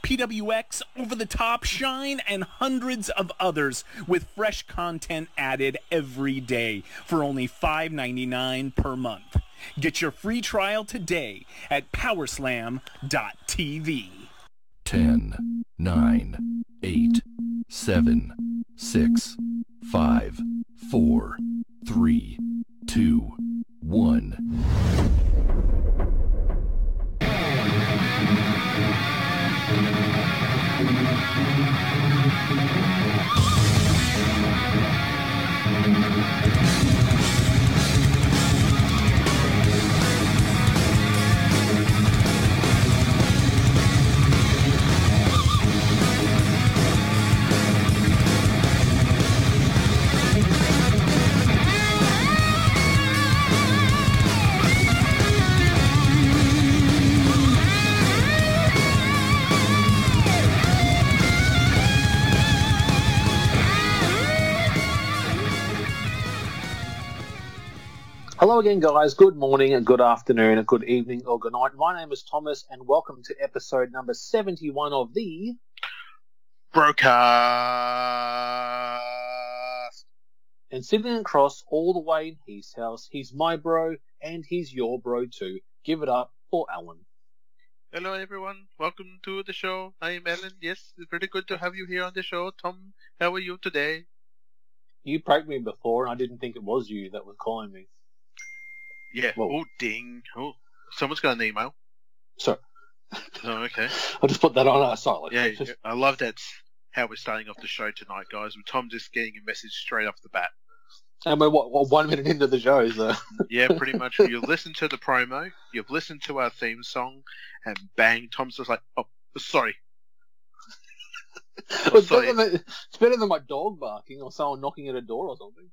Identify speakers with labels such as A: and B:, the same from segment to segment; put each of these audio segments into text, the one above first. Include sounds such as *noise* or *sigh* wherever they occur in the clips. A: PWX, Over the Top, Shine, and hundreds of others with fresh content added every day for only $5.99 per month. Get your free trial today at powerslam.tv.
B: 10, 9, 8, 7, 6, 5, 4, 3, 2, 1.
C: Hello again, guys. Good morning, and good afternoon, and good evening, or good night. My name is Thomas, and welcome to episode number 71 of the.
D: Brocast.
C: And sitting across all the way in his house, he's my bro, and he's your bro too. Give it up for Alan.
D: Hello, everyone. Welcome to the show. I'm Alan. Yes, it's pretty good to have you here on the show. Tom, how are you today?
C: You pranked me before, and I didn't think it was you that was calling me.
D: Yeah.
C: Whoa.
D: Oh, ding. Oh, someone's got an email.
C: Sorry.
D: *laughs* Oh, okay.
C: I'll just put that on our silent.
D: *laughs* Yeah, yeah. I love that. How we're starting off the show tonight, guys. With Tom just getting a message straight off the bat.
C: And we're what, what, one minute into the show,
D: *laughs*
C: so.
D: Yeah, pretty *laughs* much. You've listened to the promo, you've listened to our theme song, and bang, Tom's just like, oh, sorry.
C: it's,
D: sorry.
C: better than, it's better than my dog barking or someone knocking at a door or something.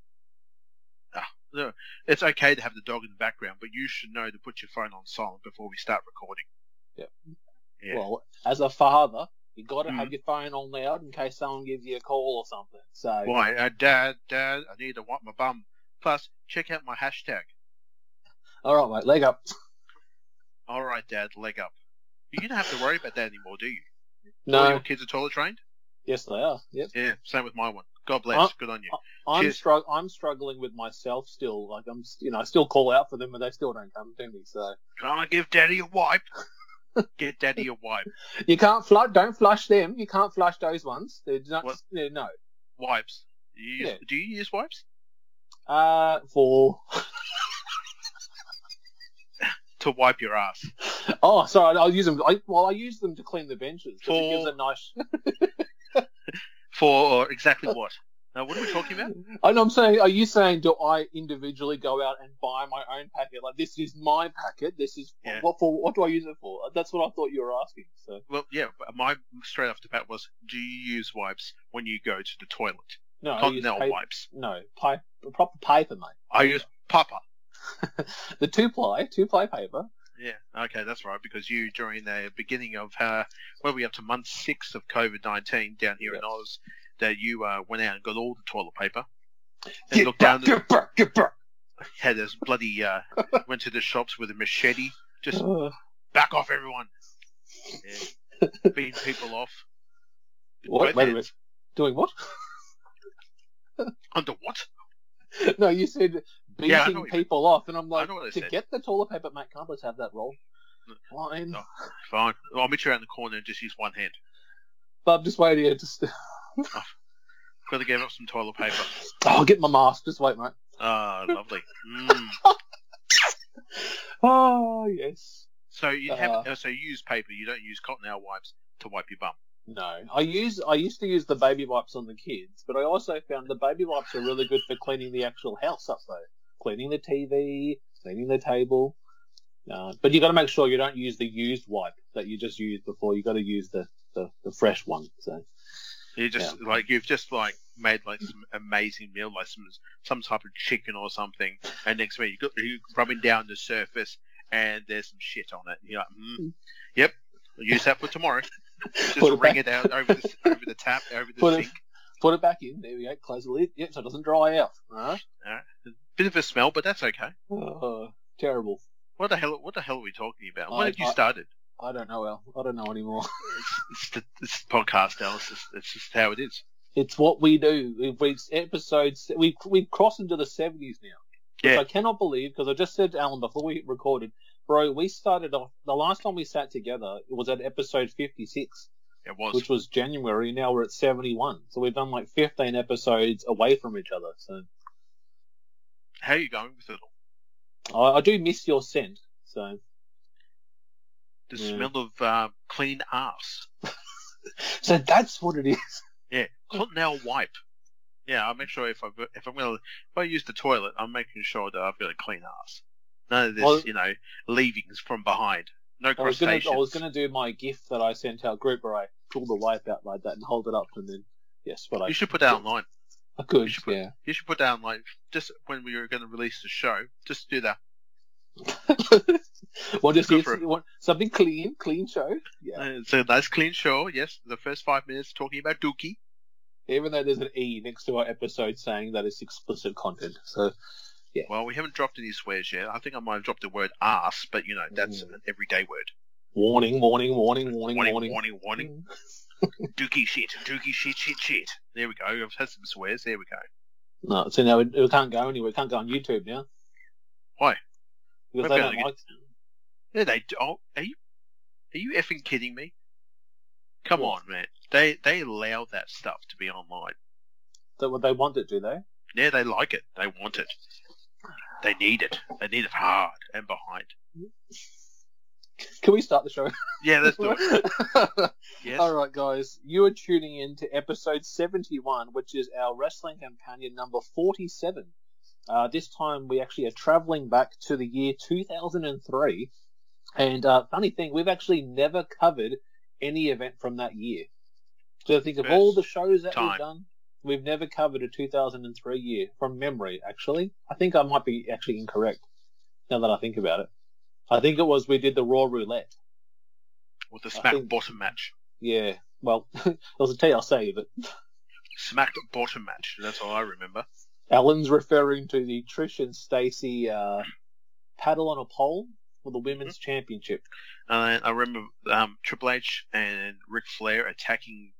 D: It's okay to have the dog in the background, but you should know to put your phone on silent before we start recording.
C: Yep.
D: Yeah.
C: Well, as a father, you got to
D: Mhm.
C: have your phone on loud in case someone gives you a call or something. So
D: Why, uh, Dad, Dad, I need to wipe my bum. Plus, check out my hashtag.
C: All right, mate, leg up.
D: All right, Dad, leg up. You don't have to worry about that anymore, do you? All
C: No,
D: your kids are toilet trained.
C: yes, they are. Yep.
D: Yeah, same with my one. God bless.
C: Uh,
D: Good on you.
C: I'm
D: Cheers.
C: strugg- I'm struggling with myself still. Like I'm, s- you know, I still call out for them, and they still don't come to me. So
D: Can I give Daddy a
C: *laughs*
D: wipe? Get Daddy a wipe.
C: you can't flush. Don't flush them. You can't flush those ones. They're not.
D: What?
C: they're- No.
D: Wipes. Do you use,
C: Yeah.
D: do you use wipes?
C: Uh, for. *laughs*
D: To wipe your ass.
C: Oh, sorry. I'll use them. I, well, I use them to clean the benches. 'cause It gives
D: For-
C: a nice.
D: For exactly what? Now, what are we talking about?
C: *laughs* I know I'm saying, are you saying, do I individually go out and buy my own packet? Like, this is my packet. This is
D: Yeah.
C: what for? What do I use it for? That's what I thought you were asking. So,
D: Well, yeah, my straight off the bat was, do you use wipes when you go to the toilet?
C: no, I use
D: Continental
C: paper,
D: wipes.
C: no, pipe, proper paper, mate.
D: I use Papa.
C: *laughs* the two ply, two ply paper.
D: Yeah, okay, that's right. Because you, during the beginning of, uh, where we up to month six of COVID 19 down here in
C: Yes.
D: Oz, that you uh, went out and got all the toilet paper and
C: Get
D: looked
C: back,
D: down, at-
C: get back, get back.
D: had this bloody, uh, went to the shops with a machete, just
C: Uh,
D: back off everyone. Yeah.
C: *laughs*
D: Beating people off. With
C: what?
D: both
C: Wait a
D: hands.
C: minute. Doing what? *laughs*
D: Under what?
C: no, you said beating
D: Yeah, I know what you meant.
C: people off, and I'm like,
D: know what I
C: to
D: said.
C: get the toilet paper, mate, can't let's have that roll.
D: No.
C: Fine.
D: No. Fine. I'll meet you around the corner and just use one hand.
C: But I'm just waiting here. Just,
D: Got to give up some toilet paper.
C: *laughs* I'll get my mask. Just wait, mate.
D: Ah, lovely. Mm.
C: Oh yes.
D: So you have,
C: Uh-huh.
D: uh, so you use paper. You don't use cotton out wipes to wipe your bum.
C: No, I use I used to use the baby wipes on the kids, but I also found the baby wipes are really good for cleaning the actual house up though, cleaning the TV, cleaning the table. Uh, but you got to make sure you don't use the used wipe that you just used before. You got to use the, the, the fresh one. So
D: You just like you've just like made like some amazing meal, like some some type of chicken or something, and next minute you got you rubbing down the surface and there's some shit on it. You're like, mm, yep, I'll use that
C: *laughs*
D: for tomorrow. Just
C: Hmm. Put it
D: wring
C: back.
D: it out over the over the tap, over the
C: Put it-
D: sink.
C: Put it back in. There we go. Close the lid. Yep, so it doesn't dry out. All right.
D: Bit of a smell, but that's okay.
C: Oh, terrible.
D: What the hell? What the hell are we talking about?
C: I-
D: When did you
C: I-
D: started?
C: I don't know, Al. I don't know anymore. *laughs*
D: It's, it's, the, it's the podcast, Alice. It's, it's just how it is.
C: It's what we do. We've reached episodes. We've we've crossed into the seventies now, which
D: Yeah.
C: I cannot believe because I just said to Alan before we recorded, bro. We started off the last time we sat together it was at episode fifty six,
D: It was.
C: which was January. and Now we're at seventy one, so we've done like fifteen episodes away from each other. So
D: How are you going with it all?
C: I, I do miss your scent. So
D: The
C: Yeah.
D: smell of uh, clean ass.
C: so that's what it is. *laughs*
D: Yeah. Cottonelle wipe. Yeah, I'll make sure if I if I'm gonna if I use the toilet, I'm making sure that I've got a clean ass. None of this,
C: Well-
D: you know, leavings from behind.
C: I
D: No
C: was gonna
D: crustaceans.
C: I was gonna do my gift that I sent our group where I pull the wipe out like that and hold it up and then yes, but I
D: You should put that online.
C: I could
D: you should put-
C: yeah.
D: You should put down like just when we were going to release the show. Just do that.
C: *laughs* what just
D: Go
C: is,
D: for it.
C: what, something clean, clean show. Yeah.
D: Uh, It's a nice clean show. Yes, the first five minutes talking about Dookie.
C: Even though there's an E next to our episode saying that it's explicit content. So
D: Well, we haven't dropped any swears yet. I think I might have dropped the word ass, but you know that's
C: Mm.
D: an everyday word.
C: warning, warning, warning, warning, Mm. warning.
D: Warning, warning, warning, Dookie shit, Dookie shit, shit, shit. There we go. I've had some swears. There we go.
C: No, so now we, we can't go anywhere. We can't go on YouTube now.
D: Why?
C: Because
D: We're
C: they don't
D: gonna
C: like.
D: Yeah, they do. Oh, are you are you effing kidding me? Come
C: What?
D: on, man. They they allow that stuff to be online.
C: That what they want it, do they?
D: Yeah, they like it. They want it. They need it. They need it hard and behind.
C: Can we start the show?
D: Yeah,
C: *laughs*
D: that's the yes.
C: All right, guys. You are tuning in to episode 71, which is our wrestling companion number 47. Uh, this time, we actually are traveling back to the year 2003. And uh, funny thing, we've actually never covered any event from that year. So I think of all the shows that
D: Time.
C: we've done, we've never covered a 2003 year from memory, actually. I think I might be actually incorrect now that I think about it. I think it was we did the Raw Roulette.
D: With the
C: I
D: smack
C: think-
D: bottom match.
C: Yeah. Well, *laughs* it was a TLC, but
D: Smack bottom match. That's all I remember.
C: Ellen's referring to the Trish and Stacy uh, paddle on a pole for the women's championship.
D: And Uh, I remember um, Triple H and Ric Flair attacking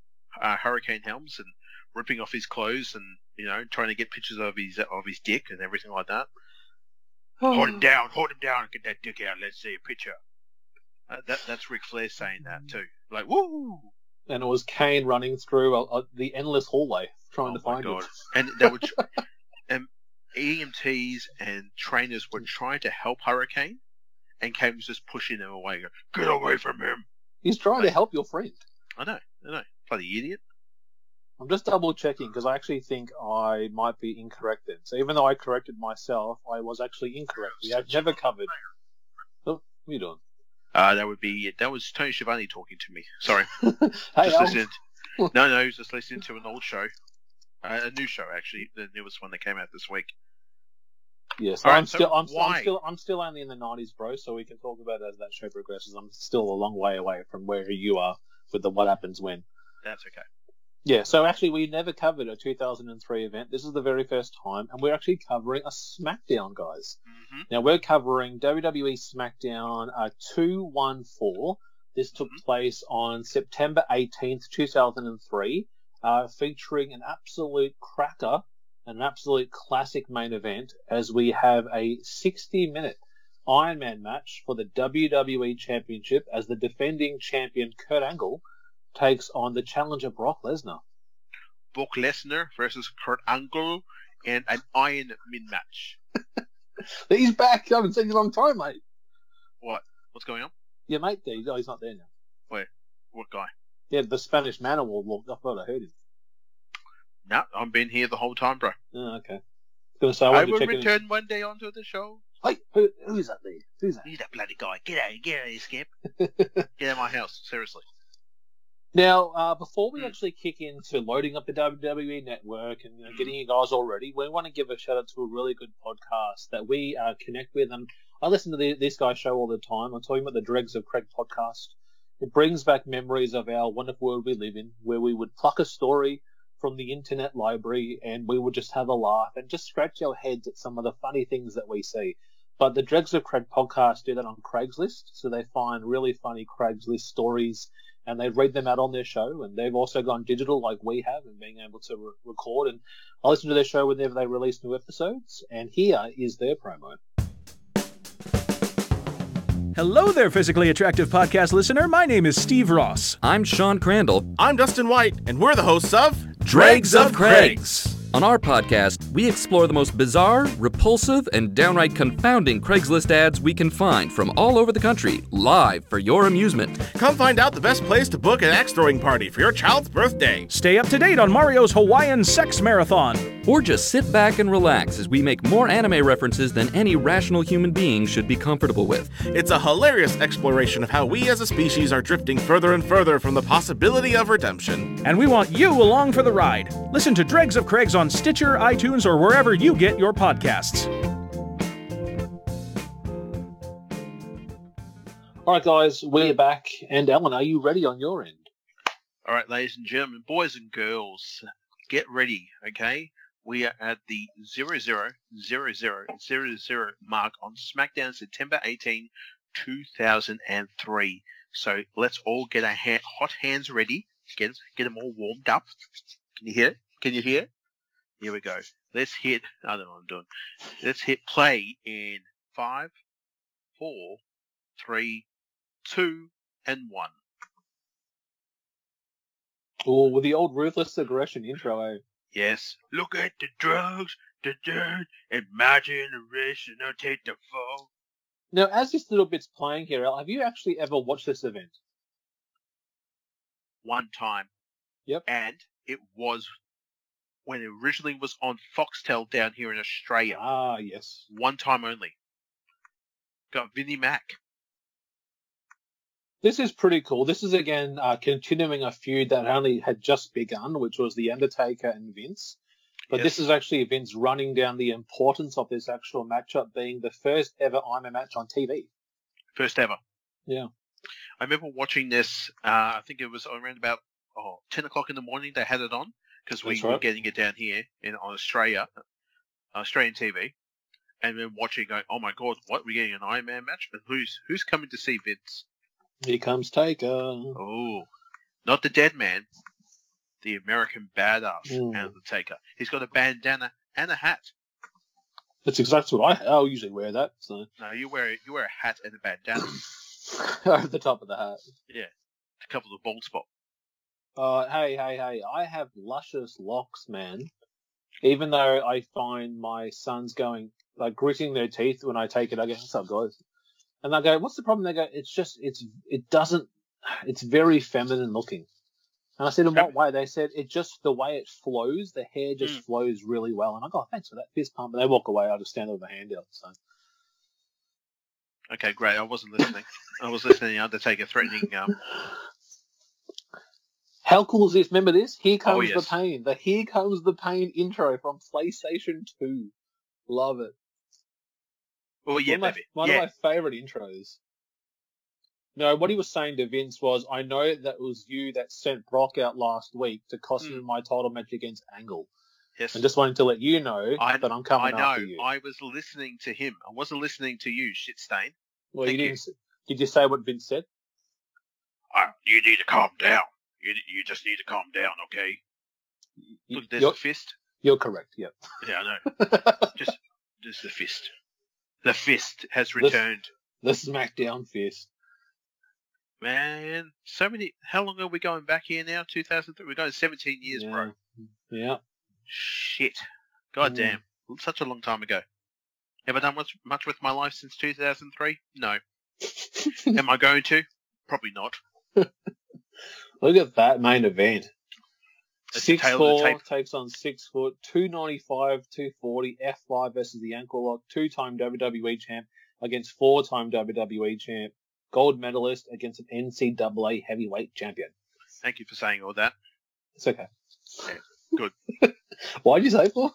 D: uh, Hurricane Helms and ripping off his clothes and you know trying to get pictures of his of his dick and everything like that.
C: Oh.
D: Hold him down, hold him down, get that dick out. Let's see a picture. Uh, that that's Ric Flair saying that too. Like woo,
C: And it was Kane running through a, a, the endless hallway trying
D: Oh
C: to
D: my
C: find
D: God.
C: it.
D: and they were tr- *laughs* and EMTs and trainers were trying to help Hurricane, and Kane was just pushing them away. Go, get away from him!
C: He's trying to help your friend.
D: I know, I know, bloody idiot.
C: I'm just double checking because I actually think I might be incorrect then. So even though I corrected myself, I was actually incorrect. We have never covered. Oh, what are you doing? *laughs*
D: Uh, that would be that was Tony Schiavone talking to me. Sorry,
C: Hey,
D: just
C: Al.
D: listening.
C: *laughs*
D: No, no, I was just listening to an old show, uh, a new show actually, the newest one that came out this week.
C: Yes,
D: All right,
C: I'm,
D: so
C: still, I'm, still,
D: why?
C: I'm still, I'm still only in the '90s, bro. So we can talk about it as that show progresses. I'm still a long way away from where you are with the what happens when.
D: That's okay.
C: Yeah, so actually, we never covered a 2003 event. This is the very first time, and we're actually covering a SmackDown, guys.
D: hmm
C: Now we're covering WWE SmackDown uh, 214. This took place on September 18th, 2003, uh, featuring an absolute cracker, an absolute classic main event, as we have a 60 minute Iron Man match for the WWE Championship as the defending champion Kurt Angle takes on the challenger Brock Lesnar.
D: Brock Lesnar versus Kurt Angle in an Iron Man match.
C: He's back! I haven't seen you in a long time, mate.
D: What? What's going on?
C: Yeah, mate, there. Oh, he's not there now.
D: What guy?
C: Yeah, the Spanish man walked. I thought I heard him.
D: No, I've been here the whole time, bro.
C: Oh, okay. Gonna say I
D: I
C: wanted
D: will
C: to check in.
D: return one day onto the show.
C: Hey, who, who's that there? Who's that? *laughs*
D: You that bloody guy! Get out! Get out of here, scamp! Get out of my house! Seriously.
C: Now, uh, before we
D: Mm.
C: actually kick into loading up the WWE network and you know,
D: Mm.
C: getting you guys all ready, we want to give a shout out to a really good podcast that we uh, connect with. And I listen to the, this guy's show all the time. I'm talking about the Dregs of Craig podcast. It brings back memories of our wonderful world we live in, where we would pluck a story from the internet library and we would just have a laugh and just scratch our heads at some of the funny things that we see. But the Dregs of Craig podcast do that on Craigslist, so they find really funny Craigslist stories and they read them out on their show. And they've also gone digital like we have and being able to re- record. And I listen to their show whenever they release new episodes. And here is their promo.
E: Hello there, physically attractive podcast listener. My name is Steve Ross.
F: I'm Sean Crandall.
G: I'm Dustin White, and we're the hosts of
F: On our podcast, we explore the most bizarre, repulsive, and downright confounding Craigslist ads we can find from all over the country, live for your amusement.
G: Come find out the best place to book an axe throwing party for your child's birthday.
E: Stay up to date on Mario's Hawaiian Sex Marathon.
F: Or just sit back and relax as we make more anime references than any rational human being should be comfortable with.
G: It's a hilarious exploration of how we as a species are drifting further and further from the possibility of redemption.
E: And we want you along for the ride. Listen to Dregs of Craigs on Stitcher, iTunes, or wherever you get your podcasts.
C: All right, guys, we're back. And Alan, are you ready on your end?
D: All right, ladies and gentlemen, boys and girls, get ready, okay? We are at the 000000 mark on SmackDown September 18, 2003. So let's all get our ha- hot hands ready. Get, get them all warmed up. Can you hear it? Can you hear it? Here we go. Let's hit, I don't know what I'm doing. Let's hit play in five, four, three, two, and 1.
C: Or with the old ruthless aggression intro, eh?
D: Yes. Look at the drugs, the dirt, and my generation. I'll take the fall.
C: Now, as this little bit's playing here, Al, have you actually ever watched this event?
D: One time.
C: Yep.
D: And it was when it originally was on Foxtel down here in Australia.
C: Ah, yes.
D: One time only. Got Vinnie Mac.
C: This is pretty cool. This is again uh, continuing a feud that only had just begun, which was The Undertaker and Vince. But this is actually Vince running down the importance of this actual matchup being the first ever I'm a match on TV.
D: First ever.
C: Yeah.
D: I remember watching this, uh, I think it was around about oh, 10 o'clock in the morning they had it on because we
C: That's
D: were
C: right.
D: getting it down here in on Australia, uh, Australian TV. And then watching, going, oh my god, what? We're getting an Iron Man match? But who's who's coming to see Vince?
C: Here comes Taker.
D: Oh, not the dead man, the American badass
C: Ooh.
D: Undertaker. He's got a bandana and a hat.
C: That's exactly what I. I'll usually wear that. So *clears throat*
D: No, you wear you wear a hat and a bandana.
C: over the top of the hat.
D: to cover the bald spot.
C: Uh, hey, hey, hey! I have luscious locks, man. Even though I find my sons going like gritting their teeth when I take it, I go, "What's up, guys?" And I go, "What's the problem?" They go, "It's just it's it doesn't. It's very feminine looking." And I said, "In what way?" They said, "It just the way it flows. The hair just
D: Mm.
C: flows really well." And I go, oh, "Thanks for that fist pump." And they walk away. I just stand there with my hand out. So
D: Okay, great. I wasn't listening. I was listening to the Undertaker threatening. Um,
C: How cool is this? Remember this? Here
D: Oh,
C: comes
D: yes.
C: the pain. The Here Comes the Pain intro from PlayStation 2. Love it.
D: oh
C: one
D: yeah,
C: of my,
D: baby.
C: one
D: yeah,
C: of my favorite intros. No, what he was saying to Vince was, I know that was you that sent Brock out last week to cost
D: Mm.
C: me my title match against Angle.
D: yes.
C: And just wanted to let you know
D: I-
C: that I'm
D: I
C: coming after
D: know.
C: you.
D: I was listening to him. I wasn't listening to you, shit stain.
C: well, you
D: thank you.
C: didn't. s Did you say what Vince said?
D: I, you need to calm down. You you just need to calm down, okay?
C: You,
D: Look, there's
C: you're,
D: a fist.
C: you're correct. *laughs* Yep.
D: Yeah, I know. Just there's the fist. The fist has returned.
C: the SmackDown fist.
D: Man, so many. How long are we going back here now? 2003. We're going 17 years,
C: yeah.
D: bro.
C: Yeah.
D: Shit. God
C: Mm.
D: damn. Such a long time ago. Have I done much, much with my life since 2003?
C: *laughs*
D: No. Am I going to? Probably not.
C: Look at that main event.
D: It's
C: Six
D: the tail of the
C: four
D: tape.
C: takes on six foot, two ninety five, two forty, F five versus the ankle lock, two time WWE E champ against four E time WWE champ, gold medalist against an NCAA heavyweight champion.
D: Thank you for saying all that.
C: It's okay.
D: good.
C: *laughs* Why'd you say for?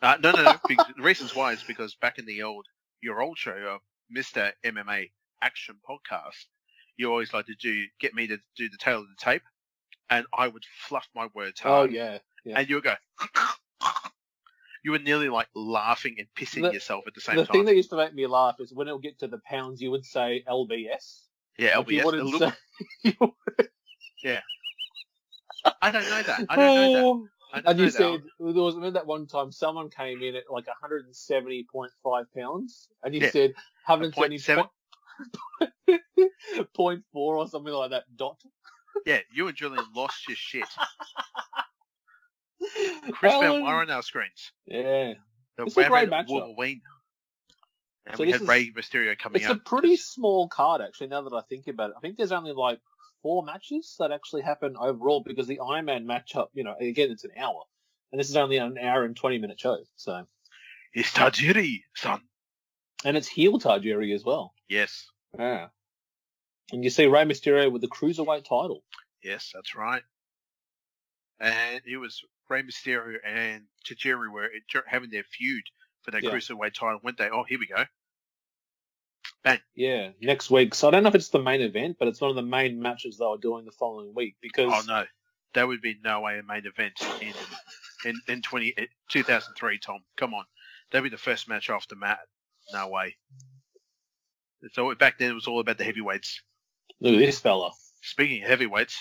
D: Uh, no,
C: *laughs*
D: no, no. be- the reasons why is because back in the old, your old show uh, of Mr. MMA Action Podcast, you always like to do, get me to do the tail of the tape, and I would fluff my words
C: Oh
D: hard.
C: yeah. yeah.
D: And you would go, *laughs* you were nearly like laughing and pissing
C: The-
D: yourself at the same
C: The
D: time.
C: thing that used to make me laugh is when it would get to the pounds, you would say LBS.
D: yeah,
C: If you
D: LBS.
C: wanted
D: a
C: to
D: little-
C: *laughs* say-
D: I don't know that. I don't know
C: *laughs*
D: that.
C: Oh.
D: I don't
C: And you
D: know that.
C: said there was remember that one time someone came in at like 170.5 pounds, and you
D: Yeah.
C: said
D: A point
C: 170.4
D: seven.
C: *laughs* or something like that. Dot.
D: *laughs* Yeah, you and Julian lost
C: *laughs*
D: your shit. Chris
C: That
D: Van
C: one-
D: Wire on our screens.
C: Um, Yeah,
D: The
C: It's a great matchup.
D: Rabbit Wolverine. And
C: So
D: we
C: this
D: had
C: is-
D: Rey Mysterio coming
C: it's
D: up.
C: a pretty small card actually. Now that I think about it, I think there's only like four matches that actually happen overall because the Iron Man matchup, you know, again it's an hour, and this is only an hour and 20 minute show. So,
D: It's Tajiri, son.
C: and it's heel Tajiri as well.
D: Yes,
C: Yeah. And you see Rey Mysterio with the cruiserweight title.
D: yes, that's right. And it was Rey Mysterio and Tajiri were dur- having their feud for their
C: Yeah.
D: cruiserweight title, weren't they? Oh, here we go.
C: Yeah, next week. So I don't know if it's the main event, but it's one of the main matches they were doing the following week because
D: Oh no, that would be no way a main event in in in 20, eh, 2003, Tom. Come on, that'd be the first match after Matt. No way. So back then it was all about the heavyweights.
C: look at this fella.
D: Speaking of heavyweights,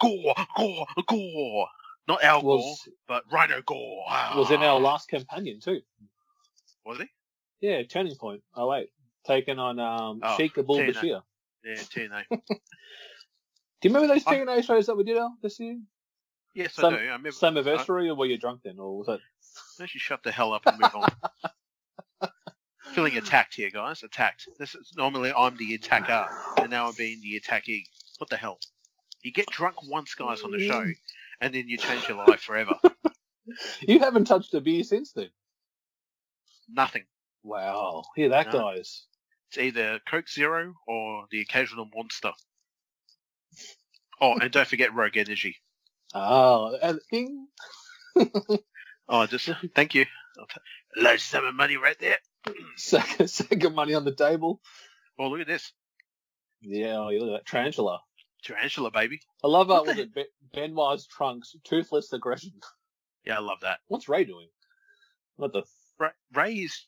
D: Gore, Gore, Gore. Not Al Gore,
C: Was
D: but Rhino Gore. Ah.
C: was in our last companion too.
D: Was he?
C: Yeah, turning point. Oh wait. Taken on um
D: Oh,
C: Sheikh Abdul
D: TNA.
C: Bashir. Do
D: Yeah, TNA.
C: *laughs* you remember those
D: I-
C: TNA shows that we did Al this year?
D: Yes,
C: Some-
D: I do. I remember.
C: Same anniversary or were you drunk then or was it
D: Why don't you shut the hell up and move on? Feeling attacked here, guys. Attacked. This is normally I'm the attacker, and now I'm being the attackee. What the hell? You get drunk once, guys, on the show, and then you change your life forever.
C: You haven't touched a beer since then.
D: Nothing.
C: Wow. Here that
D: No.
C: guys.
D: It's either Coke Zero or the occasional monster. Oh, and don't forget Rogue Energy.
C: Oh and ding.
D: Oh, just thank you. Large sum of money right there.
C: *laughs* Second second money on the table.
D: Oh, look at this.
C: Yeah, oh, look at that tarantula.
D: Tarantula, baby.
C: I love uh,
D: What
C: was
D: the-
C: it Be- Benoit's trunks, toothless aggression.
D: Yeah, I love that.
C: What's Ray doing? What the?
D: Ra- Ray is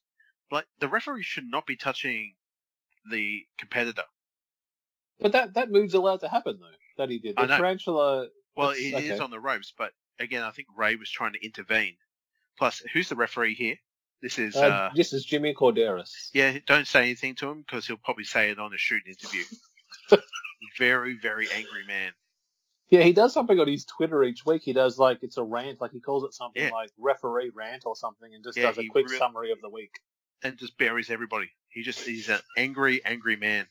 D: like the referee should not be touching the competitor.
C: But that that move's allowed to happen though. That he did. The
D: I know.
C: tarantula.
D: Well,
C: That's-
D: it is
C: okay.
D: on the ropes, but again, I think Ray was trying to intervene. Plus, who's the referee here? This is
C: Uh,
D: uh,
C: this is Jimmy Corderas.
D: yeah. Don't say anything to him because he'll probably say it on a shoot
C: *laughs*
D: interview. very, very angry man.
C: Yeah, he does something on his Twitter each week. He does like it's a rant, like he calls it something
D: Yeah.
C: like referee rant or something, and just
D: Yeah,
C: does a
D: he
C: quick
D: re-
C: summary of the week.
D: and just buries everybody. He just he's an angry, angry man.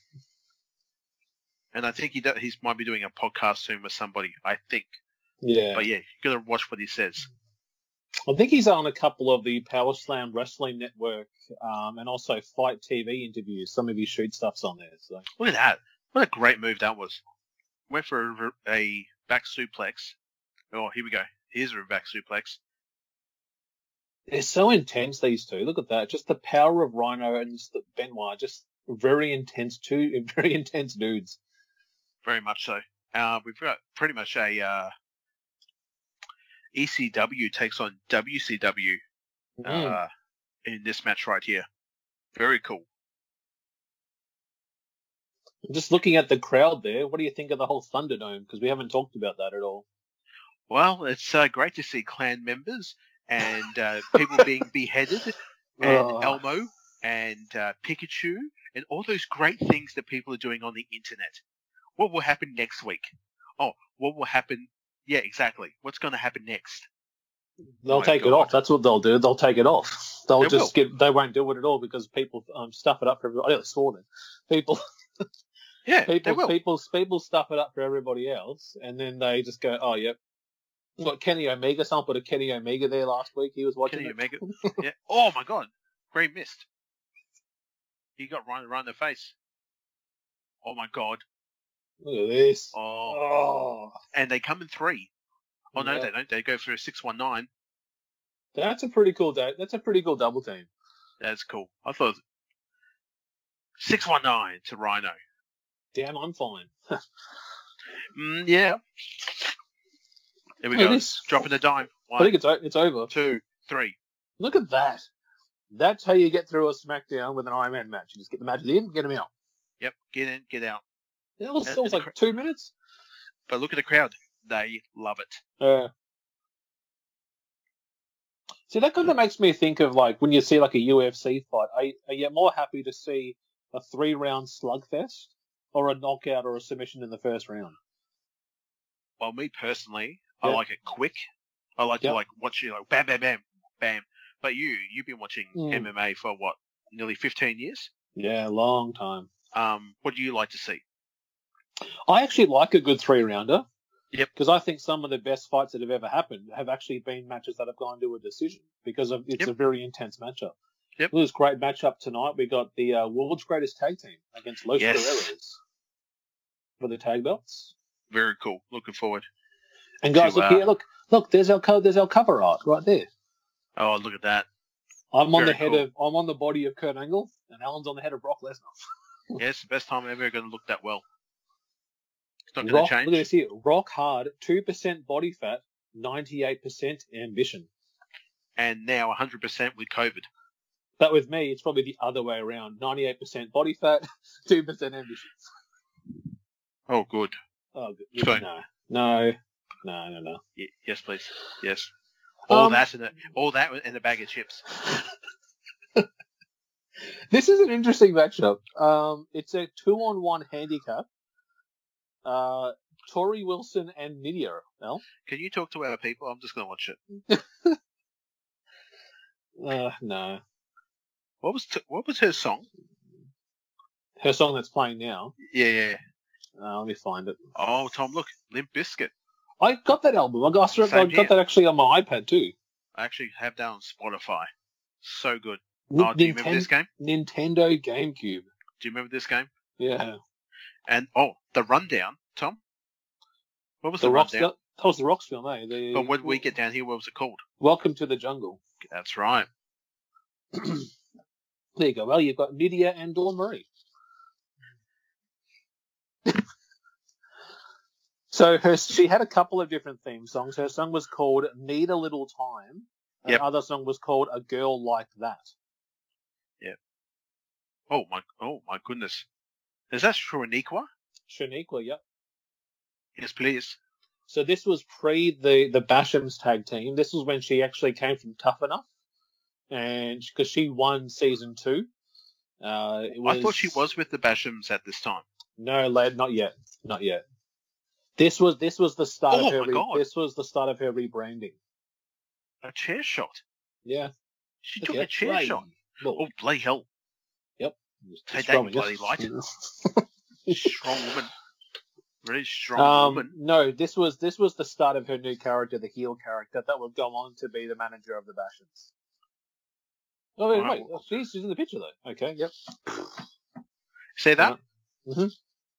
D: And I think he do, he's might be doing a podcast soon with somebody. I think,
C: Yeah,
D: but yeah, you gotta watch what he says.
C: I think he's on a couple of the Power Slam Wrestling Network um, and also Fight TV interviews. Some of his shoot stuff's on there. So
D: Look at that! What a great move that was. Went for a, a back suplex. Oh, here we go. Here's a back suplex.
C: They're so intense, these two. Look at that. Just the power of Rhino and just the Benoit. Just very intense, two *laughs* very intense dudes.
D: Very much so. Uh, we've got pretty much a uh, ECW takes on WCW
C: Mm.
D: uh, in this match right here. Very cool.
C: Just looking at the crowd there, what do you think of the whole Thunderdome? Because we haven't talked about that at all.
D: Well, it's uh, great to see clan members and uh, people being beheaded and
C: Oh.
D: Elmo and uh, Pikachu and all those great things that people are doing on the internet. What will happen next week? Oh, what will happen? Yeah, exactly. What's going to happen next?
C: They'll
D: My
C: take it
D: God.
C: off. That's what they'll do. They'll take it off. They'll
D: They
C: just get. They won't do it at all because people um, stuff it up for everybody. I nearly swore then. People,
D: Yeah, they
C: people,
D: will.
C: people, people stuff it up for everybody else, and then they just go, "Oh, yep." What Kenny Omega? Someone put a Kenny Omega there last week. He was watching.
D: Can you
C: it. *laughs*
D: make it? Yeah. Oh my God, Gray missed. He got right around the face. Oh my God,
C: Look at this.
D: Oh,
C: Oh,
D: and they come in three. Oh no,
C: Yeah.
D: they don't. They go for a six one nine.
C: that's a pretty cool. Da- that's a pretty cool double team.
D: That's cool. I thought six one nine to Rhino.
C: Damn, I'm fine.
D: Mm, yeah. There we
C: Look at
D: go.
C: this.
D: Dropping a dime.
C: I think
D: One,
C: it's o- it's over.
D: two, three.
C: Look at that. That's how you get through a SmackDown with an Iron Man match. You just get the matches in, get them out.
D: Yep. Get in. Get out.
C: That was,
D: And-
C: that was
D: and the
C: like two minutes.
D: But look at the crowd. They love it.
C: Yeah. See, that kind of makes me think of like when you see like a UFC fight, are, are you more happy to see a three round slugfest or a knockout or a submission in the first round?
D: Well, me personally, I
C: Yeah.
D: like it quick. I like
C: Yeah.
D: to like watch you like bam, bam, bam, bam. But you, you've been watching
C: Mm.
D: MMA for what, nearly fifteen years.
C: Yeah, long time.
D: Um, what do you like to see?
C: I actually like a good three rounder.
D: Yep.
C: Because I think some of the best fights that have ever happened have actually been matches that have gone to a decision because of, it's
D: Yep.
C: a very intense matchup.
D: Yep.
C: Well, this great matchup tonight. We got the uh, world's greatest tag team against Los
D: Yes.
C: Guerreros for the tag belts.
D: Very cool. Looking forward.
C: And guys,
D: To,
C: look
D: uh,
C: here, look, look. There's our co- there's our cover art right there.
D: Oh, look at that.
C: I'm on
D: Very
C: the head
D: cool.
C: of I'm on the body of Kurt Angle, and Alan's on the head of Brock Lesnar. Mm.
D: Yeah, it's the best time I'm ever going to look that well. It's not going
C: Rock,
D: to
C: look at
D: change.
C: this here. Rock hard, two percent body fat, ninety eight percent ambition.
D: And now 100% with COVID.
C: But with me, it's probably the other way around. Ninety eight percent body fat, *laughs* two percent ambition.
D: Oh, good.
C: Oh, good.
D: Fine.
C: no, no, no, no, no.
D: Y- yes, please. Yes. All
C: Um,
D: that and a, all that and a bag of chips.
C: This is an interesting matchup. Um, it's a two on one handicap. Uh, Tori Wilson and Nidia. Well,
D: Can you talk to our people? I'm just going to watch it.
C: uh, no.
D: What was t- what was her song?
C: Her song that's playing now.
D: Yeah, yeah.
C: Uh, let me find it.
D: Oh, Tom, look, Limp Biscuit.
C: I got that album. I got, I
D: Same
C: got
D: here.
C: that actually on my iPad too.
D: I actually have that on Spotify. So good.
C: Nin-
D: Oh, do you remember
C: Ninten-
D: this game?
C: Nintendo GameCube.
D: Do you remember this game?
C: Yeah.
D: And oh, the rundown, Tom. What was the,
C: The Rocks,
D: rundown?
C: that was the Rocks film, eh? The,
D: But when we get down here, what was it called?
C: Welcome to the Jungle.
D: That's right.
C: There you go. Well, you've got Nidia and Dawn Murray. *laughs* so her, she had a couple of different theme songs. Her song was called Need a Little Time. And
D: Yep.
C: other song was called A Girl Like That.
D: Oh my, oh my goodness. Is that Shuraniqua?
C: Shaniqua, yep.
D: Yes, please.
C: So this was pre the the Basham's tag team. This was when she actually came from Tough Enough, and because she won season two. Uh, it was,
D: I thought she was with the Bashams at this time.
C: No, lad, not yet, not yet. This was this was the start
D: Oh
C: of her.
D: my God.
C: this was the start of her rebranding.
D: A chair shot.
C: Yeah,
D: She
C: look
D: took
C: at
D: a
C: it.
D: chair
C: Right.
D: shot.
C: Look,
D: Oh, bloody hell.
C: it's
D: take that,
C: growing,
D: bloody
C: yes. *laughs*
D: lighter. Strong *laughs* woman. Really strong
C: Um,
D: woman.
C: no, this was this was the start of her new character, the heel character that would go on to be the manager of the Bashams. Oh wait,
D: Alright,
C: wait, she's she's in the picture though. Okay, yep.
D: See that? mm-hmm.
C: Mhm.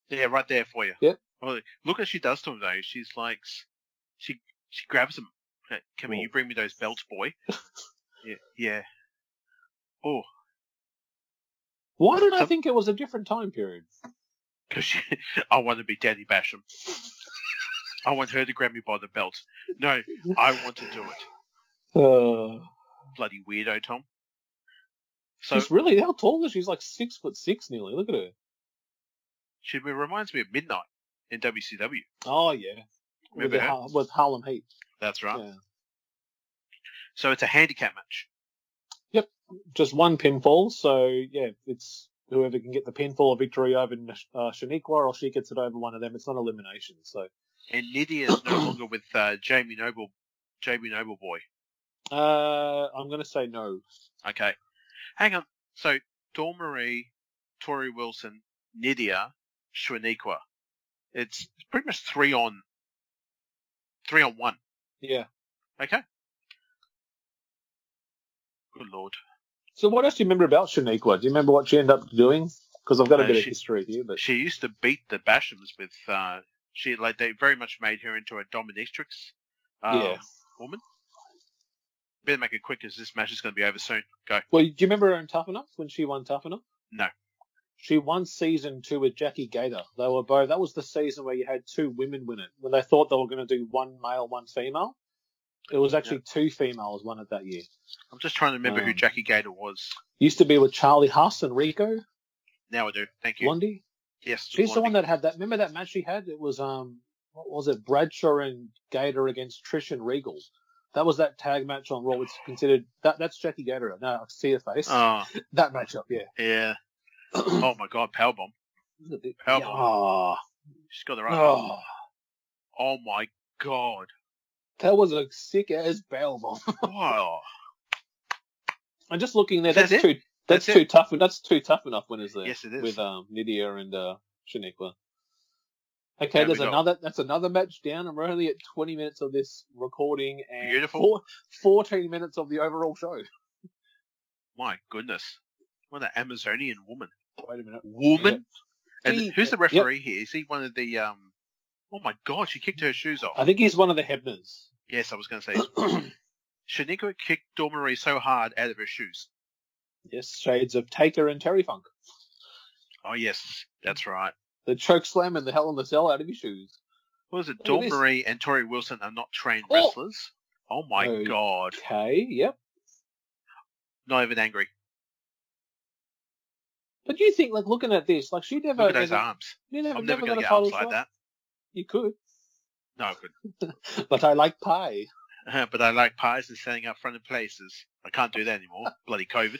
D: Yeah, right there for you.
C: Yep.
D: Oh, look what she does to him though. She's like, s- she she grabs him. Hey, Come here,
C: Whoa.
D: you bring me those belts, *laughs* boy. yeah. Yeah. Oh,
C: Why did I
D: Some-
C: think it was a different time period?
D: because she, *laughs* I want to be Daddy Basham. I want her to grab me by the belt. No, I want to do it.
C: Uh,
D: Bloody weirdo, Tom. *laughs* So
C: she's really how tall is she? She's like six foot six nearly. Look at her.
D: she reminds me of Midnight in WCW.
C: Oh yeah, with,
D: Remember
C: the,
D: her?
C: Ha- with Harlem Heat.
D: That's right.
C: Yeah.
D: So it's a handicap match.
C: Just one pinfall. So yeah, it's whoever can get the pinfall victory over Nash- uh, Shaniqua, or she gets it over one of them. It's not elimination. So
D: And Nidia is no longer with uh, Jamie Noble, Jamie Noble boy.
C: uh, I'm gonna say no.
D: Okay, hang on. So Dawn Marie, Tori Wilson, Nidia, Shwaniqua. It's pretty much three on, three on one.
C: Yeah.
D: Okay. Good lord.
C: So what else do you remember about Shaniqua? Do you remember what she ended up doing? Because I've got a
D: Uh,
C: bit of
D: she-
C: history here, but
D: She used to beat the Bashams with. Uh, she like they very much made her into a dominatrix uh,
C: yeah.
D: woman. Better make it quick, as this match is going to be over soon. Go.
C: Well, do you remember her in Tough Enough when she won Tough Enough?
D: No.
C: She won season two with Jackie Gator. They were both. That was the season where you had two women win it. When they thought they were going to do one male, one female, it was actually two females won it that year.
D: I'm just trying to remember who
C: Um,
D: Jackie Gator was.
C: Used to be with Charlie Huss and Rico
D: Now I do. Thank you.
C: Blondie.
D: yes,
C: She's the one
D: Blondie.
C: that had that. Remember that match she had? It was um, what was it? Bradshaw and Gator against Trish and Regal. That was that tag match on Raw. It's considered that. That's Jackie Gator. No, I can see her face.
D: Oh
C: that matchup, yeah.
D: *coughs* yeah. oh my God, powerbomb. Powerbomb.
C: Ah,
D: She's got the right. Oh.
C: oh,
D: oh my God.
C: that was a sick ass bell bomb.
D: Wow.
C: I'm just looking there.
D: That's
C: That's, too. That's,
D: That's it.
C: too tough. That's too tough enough. Winners there.
D: Yes, it is.
C: With um, Nidia and uh, Shaniqua. Okay,
D: And we
C: there's
D: got-
C: another. That's another match down, and we're only at 20 minutes of this recording and
D: Beautiful.
C: four- 14 minutes of the overall show.
D: my goodness. What an Amazonian woman.
C: Wait a minute.
D: Woman? And
C: He-
D: who's the
C: yep.
D: referee here? Is he one of the um? Oh my God, she kicked her shoes off.
C: I think he's one of the Hebners. *clears throat*
D: Yes, I was going to
C: Oh.
D: say. Shaniqua kicked Dormery so hard out of her shoes.
C: yes, shades of Taker and Terry Funk.
D: Oh yes, that's right.
C: The choke slam and the Hell in the Cell out of his shoes.
D: What is it?
C: Look at this.
D: Dormery and Tori Wilson are not trained
C: Oh!
D: wrestlers. Oh my
C: Oh.
D: God.
C: Okay, yep.
D: Not even angry.
C: But you think, like, looking at this, like, she never.
D: Look at those
C: never-
D: arms.
C: You never,
D: I'm never
C: never
D: going
C: got a
D: to get
C: title
D: arms like
C: shot.
D: that.
C: You could,
D: No, I couldn't. *laughs*
C: but I like pie.
D: but I like pies and standing up front of places. I can't do that
C: *laughs*
D: anymore. Bloody COVID.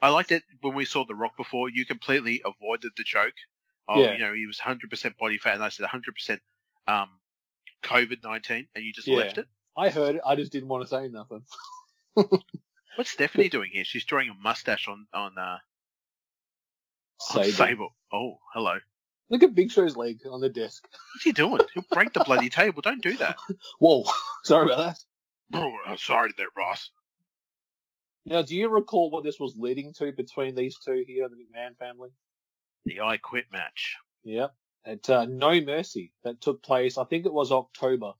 D: I liked it when we saw The Rock before. You completely avoided the joke. Oh,
C: Yeah.
D: you know, he was 100% body fat, and I said 100% um, COVID 19, and you just
C: Yeah.
D: left it.
C: I heard it. I just didn't want to say nothing.
D: What's Stephanie doing here? She's drawing a mustache on on, uh, on
C: Sable.
D: Sable. Oh, hello.
C: Look at Big Show's leg on the desk.
D: What's he doing? He'll break the bloody table. Don't do *laughs* that.
C: Whoa, *laughs* sorry about that.
D: Bro, I'm Oh, uh, sorry there, Ross.
C: Now, do you recall what this was leading to between these two here, the McMahon family?
D: The I Quit match.
C: Yep. At uh, No Mercy, that took place, I think it was October.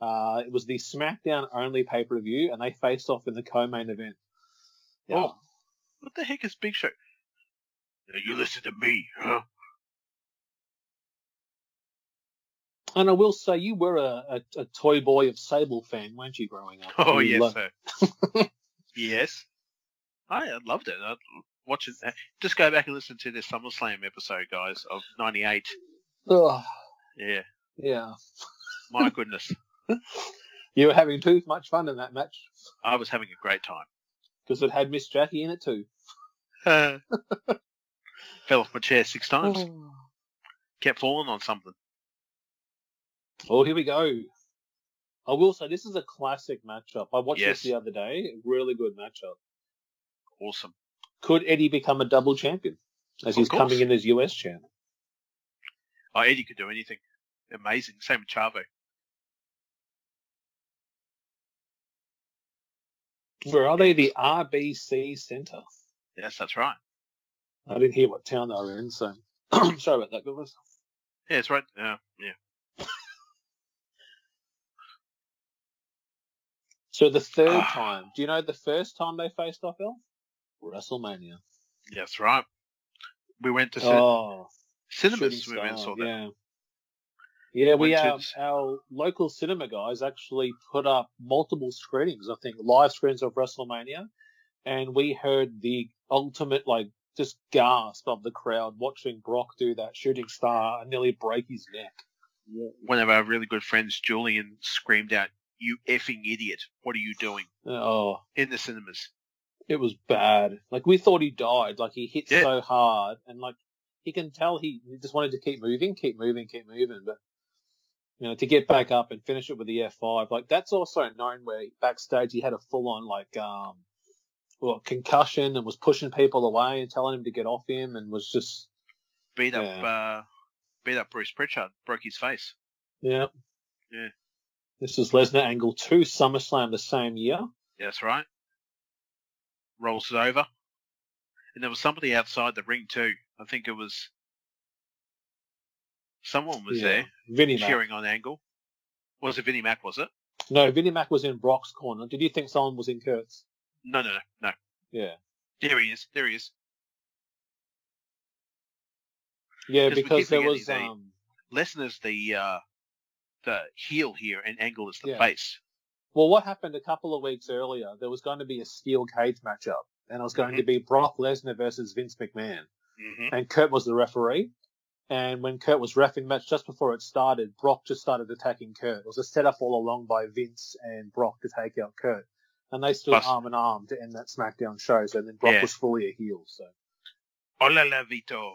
C: Uh, it was the SmackDown only pay per view, and they faced off in the co main event. Yeah.
D: Oh. What the heck is Big Show? Now you listen to me, huh?
C: And I will say, you were a, a, a toy boy of Sable fan, weren't you, growing up?
D: *laughs* Oh,
C: You
D: yes,
C: loved-
D: sir. *laughs* yes. I I loved it. I watch it. Uh, Just go back and listen to this SummerSlam episode, guys, of 98.
C: Ugh,
D: Yeah.
C: yeah.
D: *laughs* My goodness.
C: You were having too much fun in that match
D: I was having a great time.
C: because it had Miss Jackie in it too.
D: *laughs* Fell off my chair six times.
C: Oh.
D: Kept falling on something.
C: Oh, here we go. I will say this is a classic matchup. I watched
D: Yes.
C: this the other day. Really good matchup.
D: Awesome.
C: Could Eddie become a double champion as
D: Of
C: he's
D: course.
C: coming in as US champ?
D: Oh, Eddie could do anything. Amazing. Same with Chavo.
C: Where are they? The RBC Centre.
D: Yes, that's right.
C: I didn't hear what town they were in, so *clears throat* sorry about that, guys.
D: Yeah, it's right. Uh, yeah.
C: So the third
D: Ah.
C: time, do you know the first time they faced off, El? WrestleMania.
D: Yeah, that's right. We went to cin-
C: Oh,
D: cinemas.
C: shooting
D: We went and
C: star,
D: saw that.
C: Yeah. Yeah, we
D: Went to-
C: um, our local cinema guys actually put up multiple screenings. I think live screens of WrestleMania, and we heard the ultimate like just gasp of the crowd watching Brock do that shooting star and nearly break his neck.
D: One of our really good friends, Julian, screamed out, "You effing idiot! What are you doing
C: Oh,
D: in the cinemas?"
C: It was bad. Like we thought he died. Like he hit
D: Yeah.
C: so hard, and like he can tell he he just wanted to keep moving, keep moving, keep moving. But you know, to get back up and finish it with the F five, like that's also known where backstage he had a full on like um, well concussion and was pushing people away and telling him to get off him and was just
D: Beat up,
C: Yeah.
D: uh, beat up Bruce Pritchard. Broke his face.
C: yeah
D: Yeah.
C: This is Lesnar Angle two SummerSlam the same year.
D: Yeah, that's right. Rolls it over, and there was somebody outside the ring too. I think it was someone was
C: Yeah.
D: there
C: Vinny Mac.
D: cheering on Angle. Was it Vinnie Mac? Was it?
C: No, Vinnie Mac was in Brock's corner. Did you think someone was in Kurt's?
D: No, no, no, no.
C: Yeah.
D: There he is. There he is.
C: Yeah,
D: Because we keep
C: because there
D: forgetting
C: was
D: they-
C: um
D: Lesnar's the uh, the heel here, and Angle is the
C: Yeah.
D: face.
C: Well, what happened a couple of weeks earlier, there was going to be a steel cage matchup, and it was going to be Brock Lesnar versus Vince McMahon.
D: Mm-hmm.
C: And Kurt was the referee. And when Kurt was refing the match just before it started, Brock just started attacking Kurt. It was a setup all along by Vince and Brock to take out Kurt. And they stood
D: Plus-
C: arm in arm to end that SmackDown show. So then Brock
D: Yeah.
C: was fully a heel. So
D: Hola, la Vito.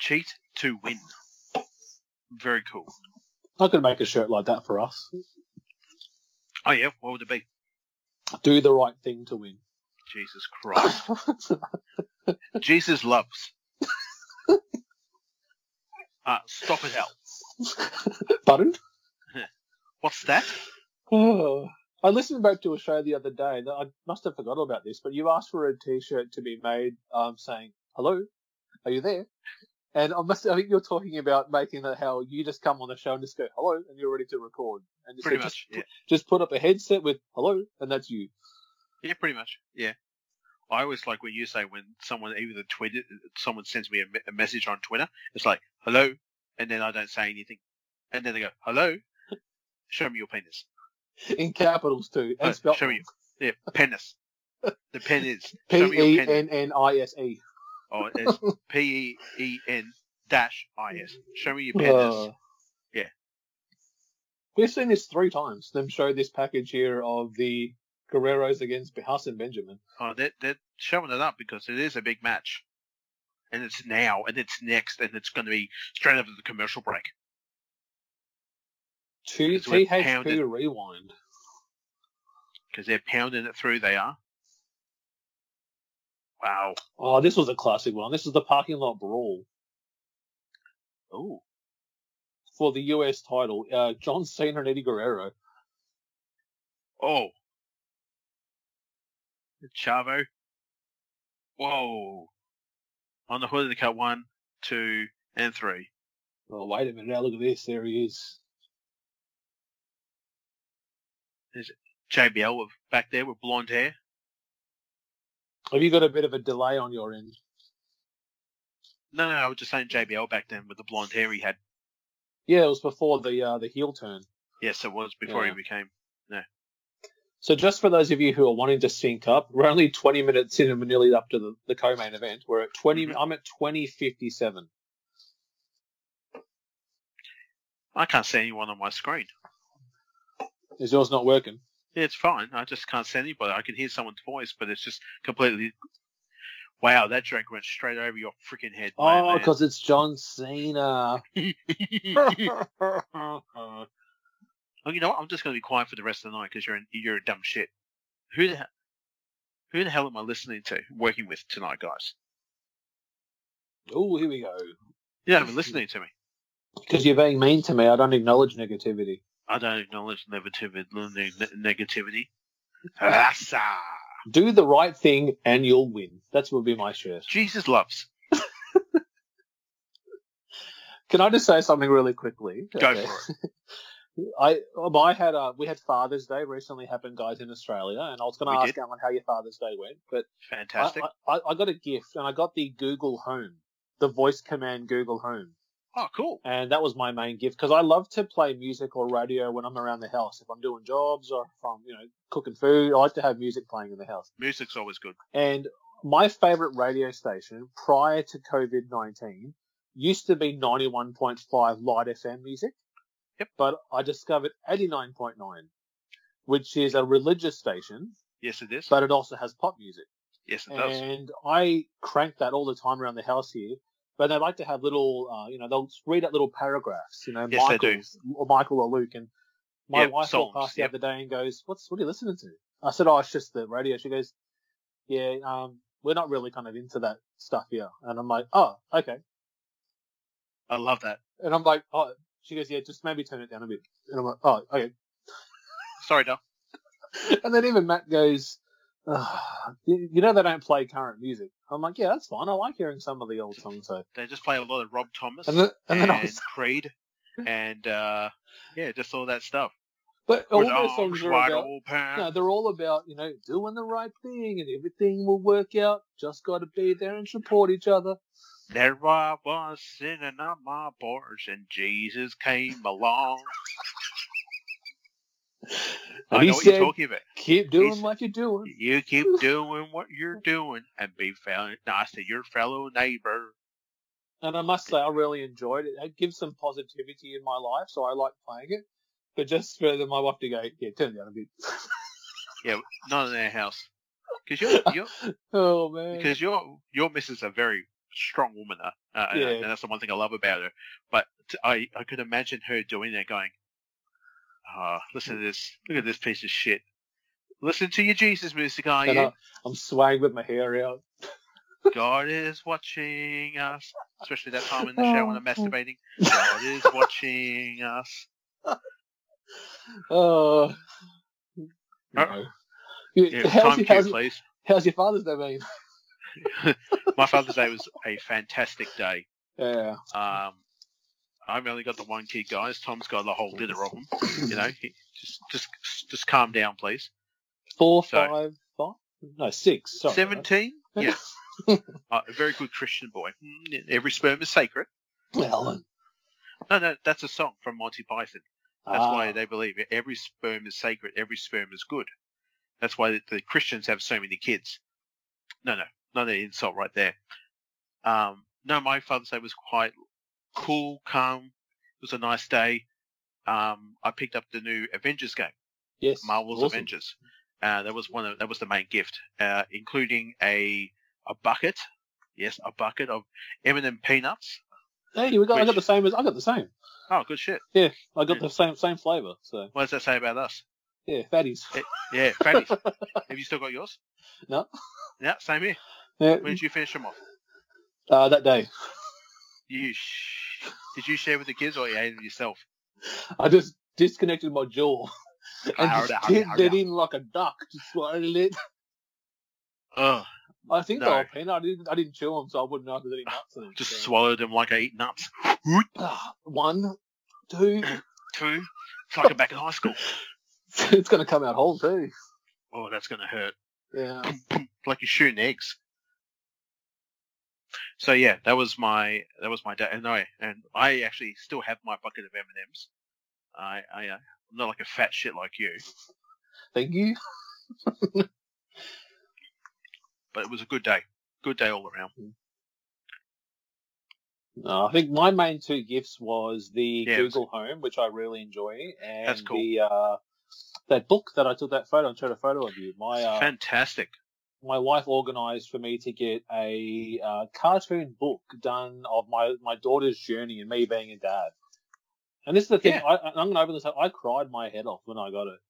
D: Cheat to win. Very cool.
C: I could make a shirt like that for us.
D: Oh yeah, what would it be?
C: Do the right thing to win. *coughs*
D: Jesus Christ. Jesus loves. *laughs* Uh, stop it, Al.
C: Pardon?
D: What's that?
C: Oh, I listened back to a show the other day, and I must have forgot about this, but you asked for a T-shirt to be made um, saying "Hello, are you there?" And I must, I think you're talking about making that how you just come on the show and just go "Hello" and you're ready to record, and you
D: Pretty
C: said,
D: much.
C: Just,
D: Yeah.
C: put- just put up a headset with "Hello" and that's you.
D: yeah, pretty much. Yeah. I always like when you say when someone either tweeted, someone sends me a, me- a message on Twitter. It's like hello, and then I don't say anything, and then they go hello. Show me your penis.
C: In capitals too, and
D: Uh,
C: spelled
D: show me your yeah, penis. The pen is.
C: *laughs* P
D: show me your
C: E N
D: pen.
C: N I S E.
D: Oh, it's P E E N dash I S. Show me your penis.
C: *laughs* Oh.
D: Yeah.
C: We've seen this three times. Them show this package here of the Guerreros against Behas and Benjamin.
D: Oh, they're, they're showing it up because it is a big match. And it's now, and it's next, and it's going to be straight after the commercial break.
C: Two
D: Because we're
C: THQ
D: pounded.
C: rewind.
D: Because they're pounding it through, they are. Wow.
C: Oh, this was a classic one. This is the parking lot brawl
D: Oh.
C: for the US title. Uh, John Cena and Eddie Guerrero.
D: Oh. Chavo. Whoa. On the hood of the car, one, two, and three.
C: Oh, wait a minute. Now look at this. There he is.
D: JBL were back there with blonde hair.
C: Have you got a bit of a delay on your end?
D: No, no, I was just saying JBL back then with the blonde hair he had.
C: Yeah, it was before the uh, the heel turn.
D: Yes, it was before
C: Yeah.
D: he became.
C: So just for those of you who are wanting to sync up, we're only 20 minutes in and we're nearly up to the, the co-main event. We're at 20.
D: Mhm.
C: I'm at 20:57.
D: I can't see anyone on my screen.
C: Is yours not working?
D: Yeah, it's fine. I just can't see anybody. I can hear someone's voice, but it's just completely. Wow, that joke went straight over your freaking head.
C: Oh,
D: my
C: *laughs*
D: man. *laughs*
C: because it's John Cena.
D: Oh, you know what? I'm just going to be quiet for the rest of the night because you're an, you're a dumb shit. Who the he- who the hell am I listening to, working with tonight, guys?
C: oh, here we go. *laughs*
D: You're not even listening to me.
C: Because you're being mean to me. I don't acknowledge negativity.
D: I don't acknowledge negativity.
C: *laughs*
D: negativity. Hassa.
C: Do the right thing and you'll win. That's what would be my shirt.
D: Jesus loves.
C: Can I just say something really quickly?
D: Go for it.
C: *laughs* I um, I had uh we had Father's Day recently happened, guys, in Australia, and I was going
D: We
C: to ask
D: did.
C: Alan how your Father's Day went, but I,
D: Fantastic.
C: I, I got a gift and I got the Google Home, the voice command Google Home,
D: oh, cool.
C: and that was my main gift because I love to play music or radio when I'm around the house. If I'm doing jobs or if I'm you know cooking food, I like to have music playing in the house.
D: Music's always good.
C: And my favorite radio station prior to COVID 19 used to be 91.5 Light FM music.
D: Yep.
C: But I discovered 89.9, which is a religious station,
D: Yes, it is.
C: but it also has pop music.
D: Yes, it does.
C: And I crank that all the time around the house here. But they like to have little, uh, you know, they'll read out little paragraphs, you know,
D: Yes, they do.
C: Michael's, or Michael or Luke. And my
D: Yep,
C: wife
D: songs,
C: walked past the
D: yep.
C: other day and goes, "What's what are you listening to?" I said, "Oh, it's just the radio." She goes, "Yeah, um, we're not really kind of into that stuff here." And I'm like, "Oh, okay."
D: I love that.
C: And I'm like, "Oh," she goes, "Yeah, just maybe turn it down a bit." *laughs* And I'm like, "Oh, okay."
D: Sorry, Dom.
C: And then even Matt goes, you you know they don't play current music. I'm like, yeah, that's fine. I like hearing some of the old songs though.
D: They just play a lot of Rob Thomas
C: And
D: and,
C: then, and then I was,
D: Creed, and uh, yeah, just all that stuff.
C: but all
D: With
C: those
D: arms
C: songs are
D: wide
C: about
D: open.
C: no, they're all about you know doing the right thing and everything will work out. Just got to be there and support each other.
D: There I was sitting on my porch, and Jesus came along.
C: And
D: I
C: he
D: know what
C: said-
D: you're talking about.
C: Keep doing
D: He's-
C: what you're doing.
D: You keep doing what you're doing, and be fel- nice to your fellow neighbor.
C: And I must say, I really enjoyed it. It gives some positivity in my life, so I like playing it. But just for the- my wife to go, yeah, turn it down a bit. *laughs*
D: Not in their house, because you're, you're
C: oh man.
D: because your your missus a very strong woman, uh, uh,
C: Yeah.
D: and that's the one thing I love about her. But t- I I could imagine her doing that, going, "Ah, listen
C: Mm.
D: to this. Look at this piece of shit. Listen to your Jesus music, are
C: and
D: you?
C: I, I'm swaying with my hair out.
D: God is watching us." Especially that time in the shower
C: *laughs*
D: when I'm masturbating. God is watching us.
C: Oh.
D: Uh,
C: You-
D: Yeah,
C: how's, your,
D: time cue,
C: how's,
D: please.
C: how's your father's day been?
D: My Father's Day was a fantastic day.
C: Yeah.
D: Um, I've only got the one kid, guys. Tom's got the whole litter of them. You know, He- just just just calm down, please.
C: Four,
D: So-
C: five, five? No, six. Sorry.
D: Seventeen.
C: right?
D: Yeah, uh, a very good Christian boy. Mm, Every sperm is sacred.
C: *laughs* well, uh, then.
D: No, no, that's a song from Monty Python. That's
C: Ah.
D: why they believe it. Every sperm is sacred. Every sperm is good. That's why the, the Christians have so many kids. No, no, not an insult right there. Um, no, my Father's Day was quite cool, calm. It was a nice day. Um, I picked up the new Avengers game,
C: Yes.
D: Marvel's
C: awesome.
D: Avengers. Uh, that was one of that was the main gift, uh, including a a bucket. Yes, a bucket of M&M peanuts.
C: Hey, we got, I got
D: Which-
C: the same as I got the same.
D: Oh, good shit.
C: Yeah, I got the same same flavour. So
D: What does that say about us?
C: yeah, fatties. *laughs*
D: Yeah, fatties. Have you still got yours?
C: No.
D: Yeah, same here.
C: Yeah, *laughs*
D: When did you finish them off?
C: uh, that day,
D: You sh- did you share with the kids or you ate them yourself?
C: I just disconnected my jaw *laughs* and
D: Arr,
C: just
D: arr,
C: dipped
D: arr,
C: it
D: arr.
C: in like a duck. Just swallowed it.
D: Ugh,
C: I think the
D: No.
C: whole peanut. I didn't. I didn't chew them, so I wouldn't know if there's any nuts in them.
D: just
C: so.
D: swallowed them like I eat nuts.
C: Ah, one, two. *laughs*
D: Two, it's like I'm back in high *laughs* school.
C: it's gonna come out whole too.
D: Oh, that's gonna hurt.
C: Yeah.
D: Like you're shooting eggs. So yeah, that was my that was my day, and I and I actually still have my bucket of M and M's. I I uh, I'm not like a fat shit like you,
C: Thank you.
D: but it was a good day, good day all around.
C: Mm-hmm. No, Uh, I think my main two gifts was the
D: Yeah, it was-
C: Google Home, which I really enjoy, and
D: That's cool.
C: the uh, that book that I took that photo and showed a photo of you. My uh,
D: Fantastic.
C: my wife organised for me to get a uh, cartoon book done of my, my daughter's journey and me being a dad. And this is the thing.
D: Yeah.
C: I, I'm going to open this up. I cried my head off when I got it.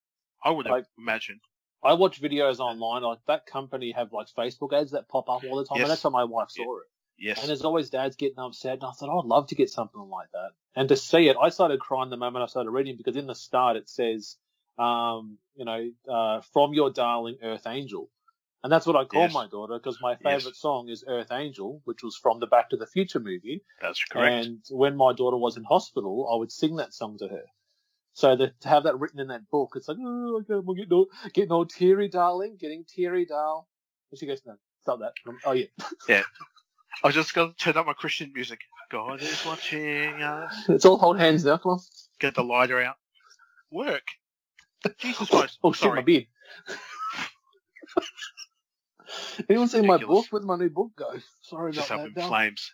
D: I would
C: Like-
D: have imagine.
C: I watch videos online. Like that company have like Facebook ads that pop up all the time,
D: Yes.
C: and that's how my wife saw
D: Yeah.
C: it.
D: Yes.
C: And there's always dads getting upset, and I thought, I'd love to get something like that. And to see it, I started crying the moment I started reading because in the start it says, um, you know, uh, from your darling Earth Angel. And that's what I call
D: Yes.
C: my daughter because my
D: Yes.
C: favorite song is Earth Angel, which was from the Back to the Future movie.
D: That's correct.
C: And when my daughter was in hospital, I would sing that song to her. So that, to have that written in that book, it's like, oh, okay, we're getting all, getting all teary, darling, getting teary, darl. And she goes, no, stop that. I'm, oh, yeah. *laughs*
D: I was just going to turn up my Christian music. God is watching us.
C: It's all hold hands now. Come on.
D: Get the lighter out. Work. Jesus Christ.
C: Oh shit,
D: Sorry.
C: my
D: *laughs*
C: beard. Anyone seen my
D: Ridiculous.
C: book? Where'd my new book go? Sorry about
D: just up in
C: that. Dale.
D: flames.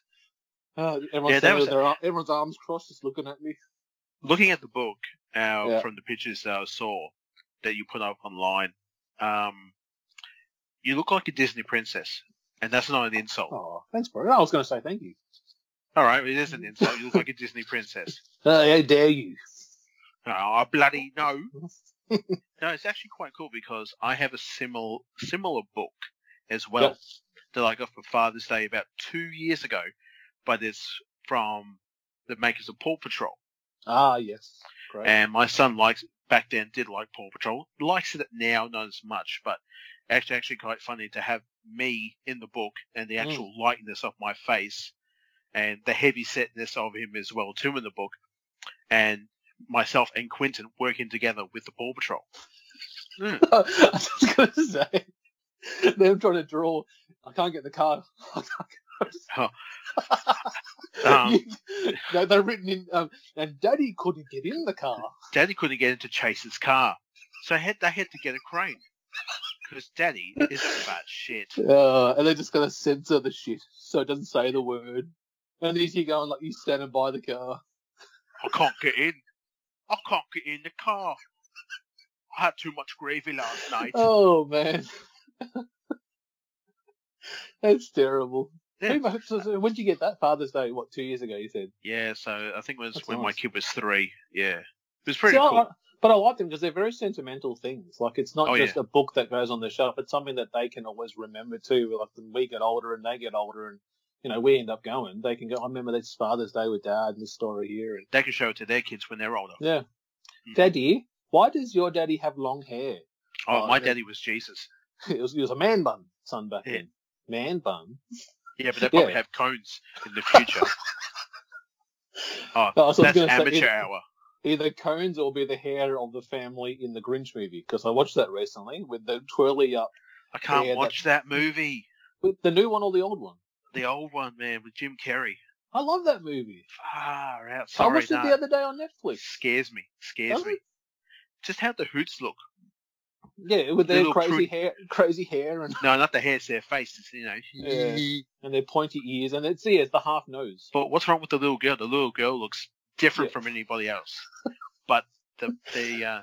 C: Uh, everyone's,
D: Yeah, that
C: standing
D: was
C: with their ar- everyone's arms crossed, just looking at me.
D: Looking at the book uh,
C: Yeah.
D: from the pictures that I saw that you put up online, um, you look like a Disney princess. And that's not an insult.
C: Oh, thanks, bro. I was going to say thank you.
D: All right, it is an insult. You look like a Disney princess.
C: Uh, how dare you?
D: Oh, I bloody no.
C: *laughs*
D: No, it's actually quite cool because I have a similar similar book as well
C: Yep.
D: that I got for Father's Day about two years ago, but it's from the makers of Paw Patrol,
C: Ah, yes. Great.
D: and my son likes back then did like Paw Patrol. Likes it now, not as much, but it's actually quite funny to have me in the book and the actual lightness of my face and the heavy setness of him as well too in the book and myself and Quentin working together with the Paw Patrol. Mm.
C: *laughs* I was just going to say, them trying to draw. I can't get the card. *laughs*
D: Oh.
C: um, they, they're written in, um, and Daddy couldn't get in the car.
D: Daddy couldn't get into Chase's car, so I had, they had to get a crane because Daddy is fat shit.
C: Uh, and they're just going to censor the shit so it doesn't say the word. And he's here going like, you standing by the car.
D: I can't get in. I can't get in the car. I had too much gravy last night.
C: Oh, man. *laughs* That's terrible.
D: Yeah.
C: Pretty much- so- so When did you get that Father's Day? What, two years ago, you said?
D: Yeah, so I think it was
C: That's
D: when my
C: nice.
D: kid was three. Yeah, it was pretty
C: See, I-
D: cool.
C: I- but I like them because they're very sentimental things. Like it's not
D: Oh,
C: just a book that goes on the shelf. It's something that they can always remember too. Like when we get older and they get older, and you know we end up going, they can go. I remember this Father's Day with Dad and this story here. And
D: They can show it to their kids when they're older.
C: yeah,
D: Mm.
C: Daddy, why does your daddy have long hair?
D: Oh,
C: Oh,
D: my
C: yeah.
D: daddy was Jesus.
C: *laughs* it, was, it was a man bun, son back
D: Yeah.
C: then. Man bun.
D: Yeah, but they probably
C: Yeah.
D: have cones in
C: *laughs*
D: the future. oh,
C: But I was
D: that's
C: gonna say,
D: amateur
C: either-
D: hour.
C: Either cones or be the hair of the family in the Grinch movie because I watched that recently with the twirly up,
D: I can't
C: yeah, that-
D: watch that movie.
C: with the new one or the old one.
D: The old one, man, with Jim Carrey.
C: I love that movie.
D: Far out.
C: I
D: Sorry,
C: watched
D: no.
C: it the other day on Netflix.
D: Scares me. Scares
C: Does
D: me.
C: it?
D: Just how the hoots look.
C: Yeah, with their
D: Little
C: crazy
D: prude-
C: hair, crazy hair, and
D: No, not the hair, it's their face. It's, you know. *laughs*
C: Yeah. and their pointy ears, and it's yeah, it's the half nose.
D: But what's wrong with the little girl? The little girl looks different
C: Yeah.
D: from
C: *laughs*
D: anybody else. but the the uh,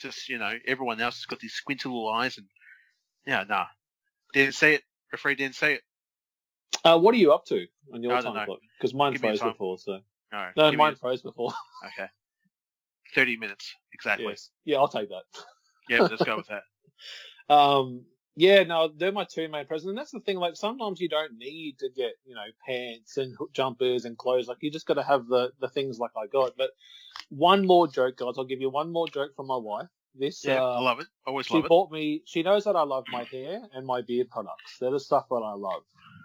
D: just you know everyone else has got these squinty little eyes and yeah, nah. Didn't say it. Referee didn't say it.
C: Uh, what are you up to on your
D: I
C: time
D: don't know.
C: clock? Because mine
D: Give me a
C: froze
D: time.
C: before, so
D: No.
C: no,
D: give me
C: mine froze before. *laughs*
D: it. Okay. Thirty minutes exactly.
C: yes, yeah, I'll take that.
D: Yeah, let's go with
C: *laughs*
D: that.
C: Um, yeah, no, they're my two main presents. And that's the thing, like, sometimes you don't need to get, you know, pants and hook jumpers and clothes. Like, you just got to have the, the things like I got. But one more joke, guys. I'll give you one more joke from my wife. This,
D: Yeah, I
C: uh,
D: love it. Always
C: she
D: love it.
C: bought me, she knows that I love my hair and my beard products. They're the stuff that I love.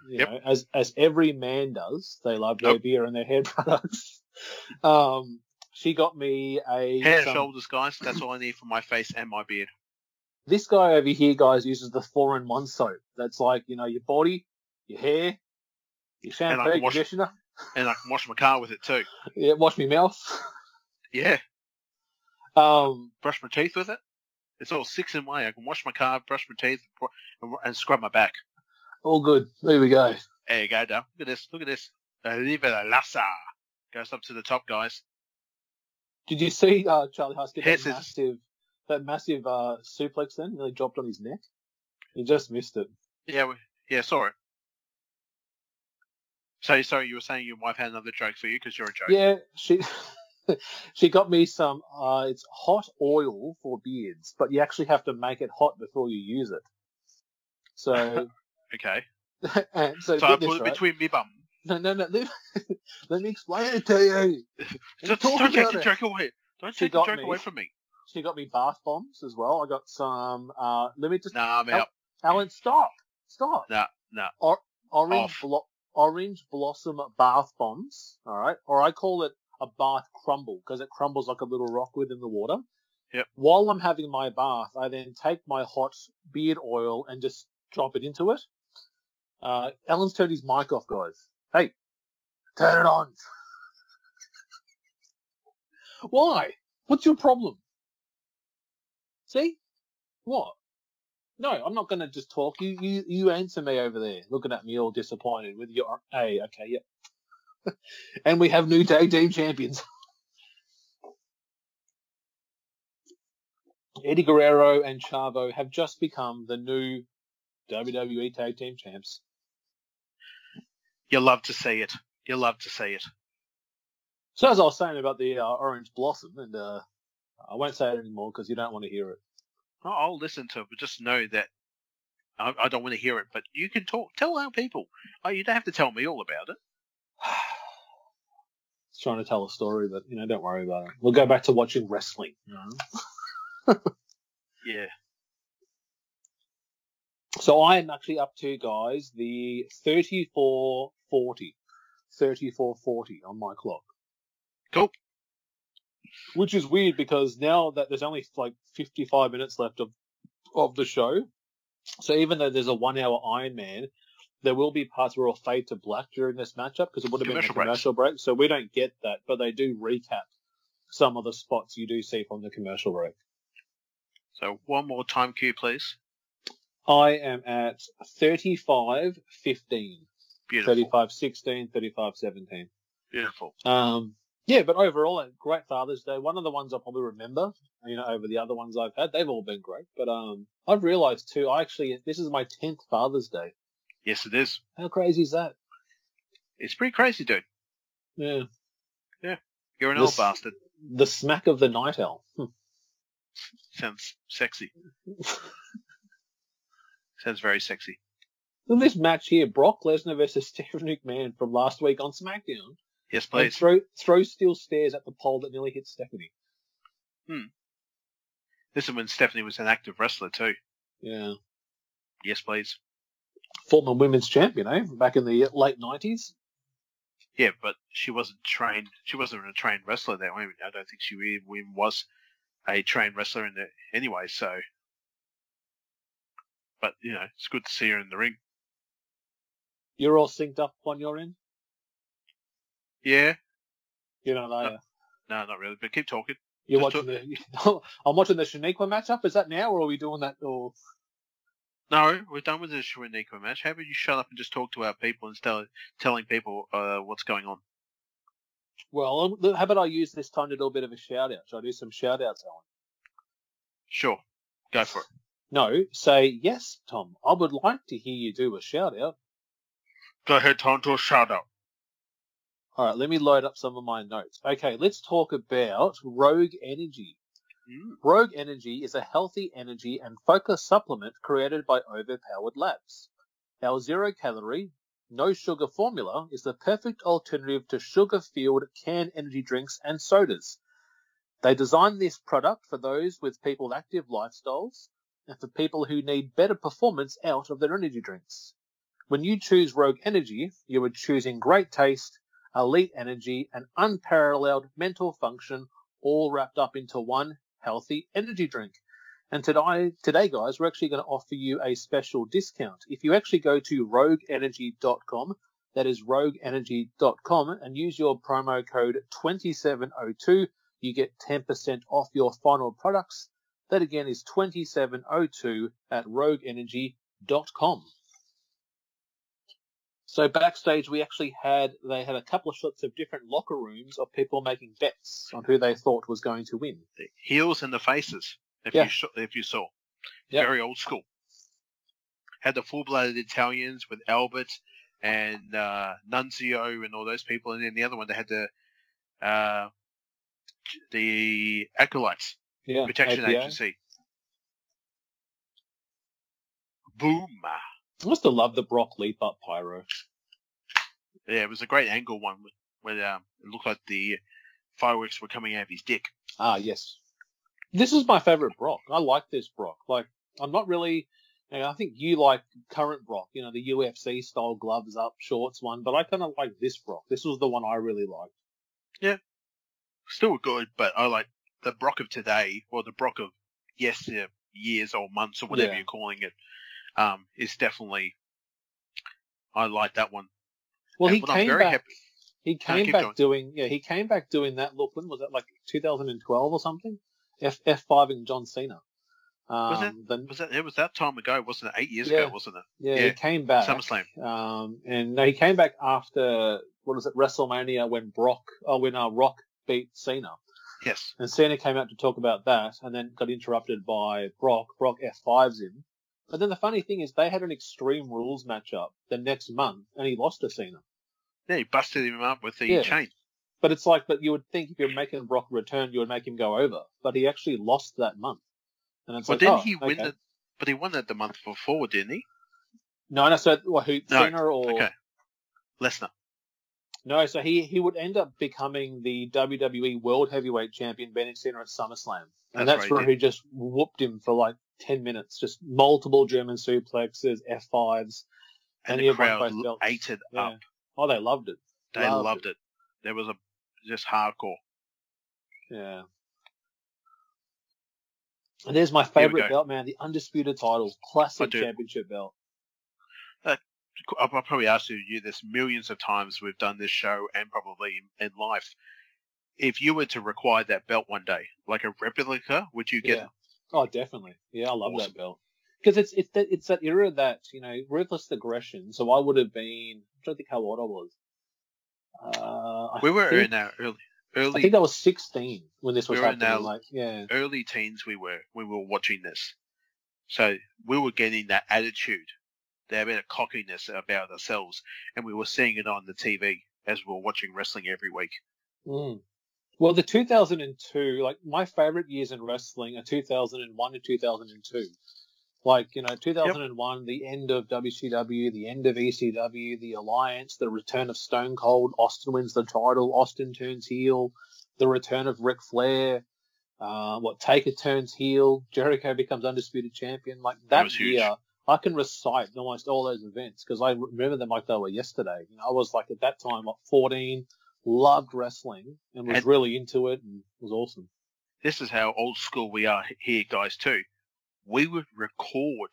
C: You
D: Yep.
C: know, as, as every man does, they love their
D: Nope.
C: beer and their hair *laughs* products. um, she got me a
D: Hair,
C: some-
D: shoulders, guys. That's all I need for my face and my beard.
C: this guy over here, guys, uses the four in one soap. That's like, you know, your body, your hair, your
D: And I
C: shampoo,
D: can wash-
C: conditioner.
D: And I can wash my car with it too.
C: Yeah, wash my mouth. *laughs*
D: Yeah,
C: Um,
D: brush my teeth with it. It's all six in one. I can wash my car, brush my teeth, and- and scrub my back.
C: all good. There we go.
D: There you go, Dale. Look at this. Look at this. Oliva Lassa goes up to the top, guys.
C: Did you see uh, Charlie Huskins
D: Yes,
C: that
D: it's-
C: massive, that massive uh, suplex then? Nearly dropped on his neck. He just missed it.
D: Yeah, we, yeah, saw it. So, sorry, you were saying your wife had another joke for you because you're a joke.
C: Yeah, she *laughs* she got me some. Uh, it's hot oil for beards, but you actually have to make it hot before you use it.
D: *laughs*
C: So, *laughs*
D: Okay.
C: and so,
D: So I
C: get this,
D: put it
C: right?
D: between me bum.
C: No, no, no. Let, let me *laughs* explain it to you.
D: Don't,
C: talk
D: don't take
C: about
D: the
C: it.
D: joke away. Don't
C: She
D: take the
C: got
D: joke
C: me.
D: away from me.
C: She got me bath bombs as well. I got some. Uh, let me just.
D: Nah, I'm
C: Nope.
D: out.
C: Alan, stop, stop.
D: Nah, nah.
C: Orange,
D: off.
C: blo- orange blossom bath bombs. All right, or I call it a bath crumble because it crumbles like a little rock within the water.
D: Yep.
C: While I'm having my bath, I then take my hot beard oil and just drop it into it. Uh, Alan's turned his mic off, guys. Hey, turn it on. *laughs* Why? What's your problem? See? What? No, I'm not going to just talk. You, you, you answer me over there, looking at me all disappointed with your. Hey, okay, yep. *laughs* and we have new tag team champions. Eddie Guerrero and Chavo have just become the new WWE tag team champs.
D: You love to see it. You love to see it.
C: So as I was saying about the uh, orange blossom, and uh, I won't say it anymore because you don't want to hear it.
D: I'll- I'll listen to it, but just know that I, I don't want to hear it. But you can Uh, talk. Tell our people. Oh, you don't have to tell me all about it.
C: It's trying to tell a story, but you know, don't worry about it. We'll go back to watching wrestling. you know?
D: Yeah.
C: So I am actually up to guys the thirty-four forty, thirty-four forty on my clock.
D: Cool.
C: Which is weird because now that there's only like 55 minutes left of of the show, so even though there's a one-hour Iron Man, there will be parts where it'll fade to black during this matchup because it would have been a
D: Commercial breaks.
C: commercial break. So we don't get that, but they do recap some of the spots you do see from the commercial break.
D: So one more time cue, please.
C: I am at 35 15,
D: Beautiful.
C: 35 16, 35 17.
D: Beautiful.
C: Um, yeah, but overall, a great Father's Day. One of the ones I probably remember, you know, over the other ones I've had. They've all been great. But um, I've realized too, I actually, this is my 10th Father's Day.
D: Yes, it is.
C: How crazy is that?
D: It's pretty crazy, dude.
C: Yeah.
D: You're an
C: This-
D: old bastard.
C: The smack of the night owl. Hmm.
D: Sounds sexy. Sounds very sexy.
C: In this match here, Brock Lesnar versus *laughs* Stephen McMahon from last week on SmackDown.
D: Yes,
C: They
D: please.
C: Throw, throw steel stairs at the pole that nearly hit Stephanie.
D: This is when Stephanie was an active wrestler too.
C: Yeah.
D: Yes, please.
C: former women's champion, eh? Back in the late nineties.
D: Yeah, but she wasn't trained. She wasn't a trained wrestler then. I mean, I don't think she even was a trained wrestler in the anyway. So, but you know, it's good to see her in the ring.
C: You're all synced up on your end.
D: Yeah,
C: You know, like, uh,
D: no, not really. But keep talking.
C: you're
D: Just
C: watching the. *laughs* I'm watching the Shaniqua matchup. Is that now, or are we doing that? Or
D: No, we're done with the Shawiniqua match. How about you shut up and just talk to our people instead of telling people uh, what's going on?
C: well, um, look, how about I use this time to do a bit of a shout out? Should I do some shout outs, Alan?
D: Sure, go for it.
C: No, say yes, Tom. I would like to hear you do a shout out.
D: Go ahead, time to a shout out.
C: All right, let me load up some of my notes. Okay, let's talk about Rogue Energy.
D: Mm.
C: Rogue Energy is a healthy energy and focus supplement created by Overpowered Labs. Our zero calorie, no sugar formula is the perfect alternative to sugar filled canned energy drinks and sodas. They designed this product for those with people active lifestyles and for people who need better performance out of their energy drinks. When you choose Rogue Energy, you are choosing great taste, elite energy, and unparalleled mental function all wrapped up into one healthy energy drink. And today, today, guys, we're actually going to offer you a special discount. If you actually go to rogueenergy.com, that is rogueenergy.com, and use your promo code 2702, you get 10% off your final products. That again is 2702 at rogueenergy.com. So backstage, we actually had they had a couple of shots of different locker rooms of people making bets on who they thought was going to win.
D: The heels and the faces. If
C: Yeah.
D: you sh- if you saw,
C: Yeah.
D: very old school. Had the full-blooded Italians with Albert and uh, Nunzio and all those people, and then the other one they had the uh, the acolytes
C: Yeah,
D: protection
C: APA.
D: agency. Boom!
C: I must have loved the Brock leap up pyro.
D: Yeah, it was a great angle one where um, it looked like the fireworks were coming out of his dick.
C: Ah, yes. This is my favorite Brock. I like this Brock. Like, I'm not really. You know, I think you like current Brock. You know, the UFC style gloves up, shorts one. But I kind of like this Brock. This was the one I really liked.
D: Still good, but I like the Brock of today, or the Brock of yes, uh, years or months or whatever
C: Yeah.
D: you're calling it, um, is definitely. I like that one.
C: Well,
D: And
C: he
D: what I'm
C: came
D: very
C: back.
D: happy-
C: He
D: No,
C: came
D: keep
C: back
D: going.
C: doing yeah, he came back doing that look when was that like 2012 or something? F F5 and John Cena. Um,
D: Was
C: then-
D: Was that? It was that time ago, wasn't it? Eight years
C: Yeah.
D: ago, wasn't it?
C: yeah, he
D: yeah,
C: came back.
D: SummerSlam.
C: Um, and no, he came back after what was it WrestleMania when Brock oh when uh, Rock beat Cena
D: Yes.
C: and Cena came out to talk about that and then got interrupted by Brock. Brock F5s him. But then the funny thing is they had an Extreme Rules matchup the next month and he lost to Cena.
D: Yeah, he busted him up with the
C: Yeah.
D: chain.
C: But it's like, but you would think if you're making Brock return, you would make him go over. But he actually lost that month. And it's
D: Well,
C: like,
D: didn't
C: oh,
D: he win
C: okay.
D: it? But he won it the month before, didn't he?
C: No, no. So, well, who
D: No,
C: Cena or
D: Okay. Lesnar.
C: No, so he, he would end up becoming the WWE World Heavyweight Champion Bennett Center at SummerSlam. And
D: That's
C: that's,
D: right,
C: where he just whooped him for like 10 minutes, just multiple German suplexes, F5s.
D: and,
C: And
D: the
C: he won
D: crowd
C: both belts.
D: ate it
C: Yeah.
D: up.
C: Oh, they loved it.
D: They
C: loved
D: loved it. There was a just hardcore.
C: Yeah. And there's my
D: we
C: favorite
D: go.
C: belt, man, the Undisputed title,
D: I
C: classic
D: do.
C: championship belt.
D: I'll, I'll probably ask you you this millions of times. We've done this show and probably in, in life. If you were to require that belt one day, like a replica, would you get?
C: Yeah. Oh, definitely. Yeah, I love
D: Awesome.
C: that belt because it's it's that it's that era that you know ruthless aggression. So I would have been. I'm trying to think how old I was. Uh, I
D: We were
C: think,
D: in our early,
C: I
D: early,
C: think I was 16 when this was
D: We were in
C: happening.
D: our-
C: Like, yeah,
D: early teens. We were when we were watching this, so we were getting that attitude, that bit of cockiness about ourselves, and we were seeing it on the TV as we were watching wrestling every week.
C: Mm. Well, the 2002, like my favorite years in wrestling are 2001 and 2002. Like, you know, 2001, the end of WCW, the end of ECW, the Alliance, the return of Stone Cold, Austin wins the title, Austin turns heel, the return of Ric Flair, uh, what, Taker turns heel, Jericho becomes undisputed champion. Like that
D: was huge.
C: year, I can recite almost all those events because I remember them like they were yesterday. You know, I was like at that time, like 14, loved wrestling and was
D: And-
C: really into it and was awesome.
D: This is how old school we are here, guys. Too, we would record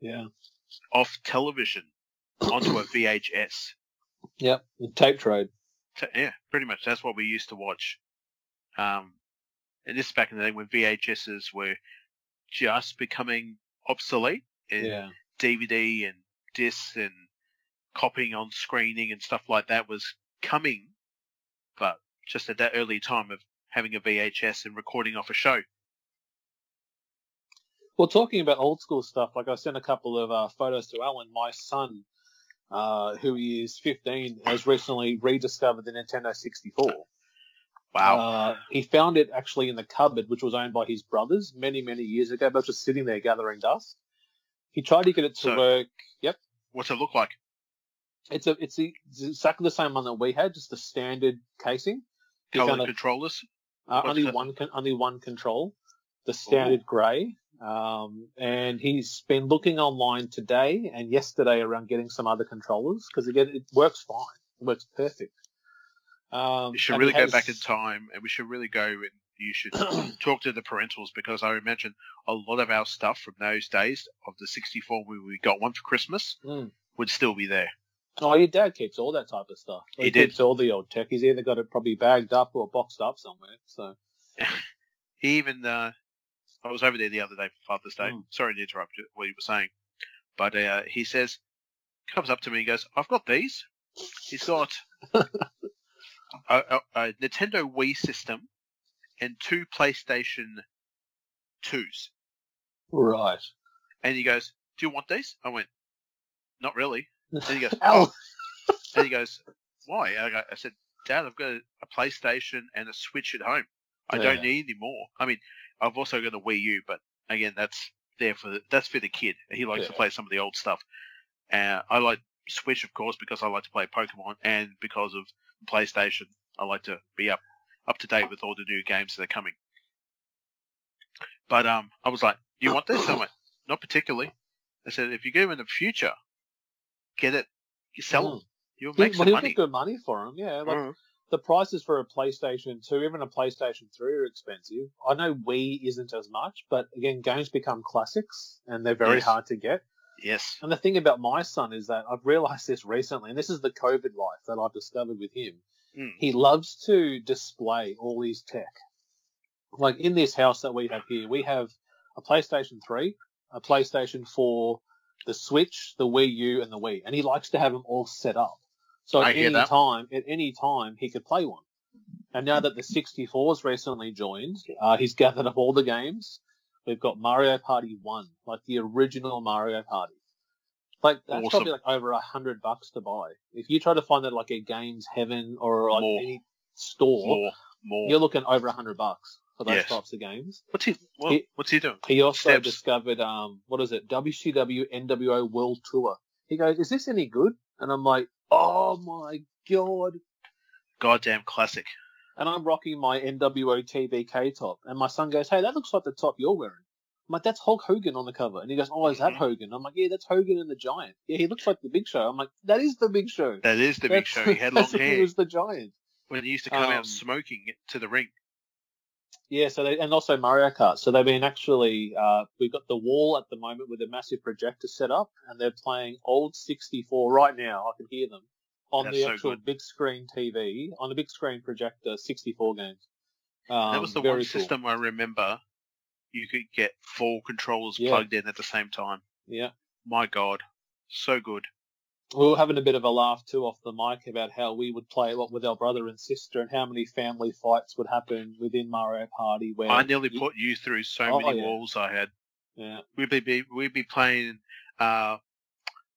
C: Yeah.
D: off television onto a VHS.
C: Yep. The tape trade.
D: T- yeah, pretty much. That's what we used to watch. Um, and this is back in the day when VHSs were just becoming obsolete, and
C: Yeah.
D: DVD and discs and copying on screening and stuff like that was coming, but just at that early time of having a VHS and recording off a show.
C: Well, talking about old school stuff, like I sent a couple of uh, photos to Alan. My son, uh, who is 15, has recently rediscovered the Nintendo 64.
D: Wow.
C: Uh, he found it actually in the cupboard, which was owned by his brothers many, many years ago, but it was just sitting there gathering dust. He tried to get it to
D: So-
C: work.
D: What's it look like?
C: It's a, it's, the- it's exactly the same one that we had, just the standard casing. He
D: Color
C: found a-
D: controllers?
C: Uh,
D: What's
C: only
D: that?
C: one con- only one control, the standard grey. Um, and he's been looking online today and yesterday around getting some other controllers because again, it works fine. It works perfect. Um,
D: You should
C: and he
D: really go back in
C: has-
D: time, and we should really go and
C: *clears throat*
D: you should talk to the parentals because I imagine a lot of our stuff from those days of the 64 when we got one for Christmas
C: Mm.
D: would still be there.
C: Oh, your dad keeps all that type of stuff.
D: He did.
C: keeps all the old tech. He's either got it probably bagged up or boxed up somewhere. So
D: He even, uh, I was over there the other day for Father's Day.
C: Mm.
D: Sorry to interrupt you- what you were saying, but uh, he says, comes up to me and goes, I've got these.
C: *laughs*
D: He's got a, a, a Nintendo Wii system and two PlayStation 2s.
C: right.
D: And he goes, "Do you want these?" I went,
C: *laughs*
D: "Not really." And he goes,
C: Ow.
D: and he goes, "Why?" I, go, I said, "Dad, I've got a, a PlayStation and a Switch at home. I
C: Yeah.
D: don't need any more. I mean, I've also got a Wii U, but again, that's there for the, that's for the kid. He likes to
C: Yeah.
D: play some of the old stuff. Uh, I like Switch, of course, because I like to play Pokemon, and because of PlayStation, I like to be up up to date with all the new games that are coming. But um, I was like, "Do you want this?" I went, "Not particularly." I said, "If you get them in the future, get it, you sell them."
C: Mm.
D: You'll
C: He-
D: make
C: well,
D: some
C: he'll
D: money.
C: get good money for him. Yeah, like
D: Mm.
C: the prices for a PlayStation 2, even a PlayStation 3 are expensive. I know Wii isn't as much, but again, games become classics and they're very
D: Yes.
C: hard to get.
D: Yes.
C: And the thing about my son is that I've realized this recently, and this is the COVID life that I've discovered with him.
D: Mm.
C: He loves to display all his tech. Like in this house that we have here, we have a PlayStation 3, a PlayStation 4, the Switch, the Wii U, and the Wii. And he likes to have them all set up. So
D: I
C: at
D: hear
C: any
D: that.
C: time, at any time, he could play one. And now that the 64's recently joined, uh, he's gathered up all the games. We've got Mario Party 1, like the original Mario Party. Like that's
D: Awesome.
C: probably like over a hundred bucks to buy. If you try to find it like a Games Heaven or like
D: More.
C: any store,
D: More. More.
C: you're looking over a hundred bucks for those
D: Yes.
C: types of games.
D: What's he? Well,
C: He-
D: what's he doing?
C: He also
D: Steps.
C: discovered um what is it WCW NWO World Tour. He goes, "Is this any good?" And I'm like, "Oh my god.
D: Goddamn classic.
C: And I'm rocking my NWO TBK top. And my son goes, hey, that looks like the top you're wearing. I'm like, that's Hulk Hogan on the cover. And he goes, oh, is that
D: Mhm.
C: Hogan? I'm like, yeah, that's Hogan and the Giant. Yeah, he looks like the Big Show. I'm like, that is the Big Show.
D: That is the
C: That's-
D: big
C: *laughs*
D: show. He had long
C: that's- He
D: hair
C: was the Giant.
D: when he used to come
C: um,
D: out smoking to the ring.
C: Yeah, so they, and also Mario Kart. So they've been actually, uh, we've got the wall at the moment with a massive projector set up, and they're playing old 64 right now. I can hear them on
D: That's
C: the
D: so
C: actual
D: good.
C: big screen TV, on the big screen projector, 64 games. Um,
D: that was the
C: very
D: one
C: cool.
D: system I remember. You could get four controllers
C: Yeah.
D: plugged in at the same time.
C: Yeah.
D: My God, so good.
C: We were having a bit of a laugh too off the mic about how we would play what with our brother and sister and how many family fights would happen within Mario Party. Where
D: I nearly
C: you-
D: put you through so
C: Oh,
D: many
C: yeah.
D: walls I had.
C: Yeah.
D: We'd be, be we'd be playing uh,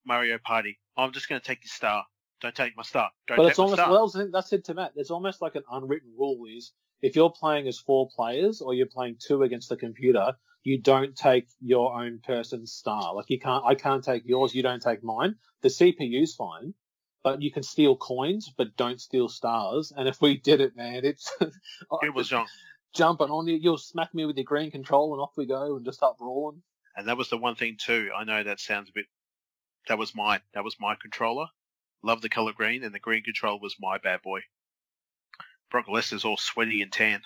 D: Mario Party. I'm just going to take your star. Don't take my star. Don't
C: but
D: take
C: it's
D: my
C: almost
D: star.
C: well, that was the thing- that's it to Matt. There's almost like an unwritten rule is if you're playing as four players or you're playing two against the computer, you don't take your own person's star. Like you can't, I can't take yours, you don't take mine. The CPU's fine, but you can steal coins, but don't steal stars. And if we did it, man, it's *laughs*
D: it was wrong.
C: jumping on you. You'll smack me with your green control, and off we go, and just start brawling.
D: And that was the one thing too. I know that sounds a bit. That was my that was my controller. Love the color green, and the green control was my bad boy. Brock Lesnar's all sweaty and tan.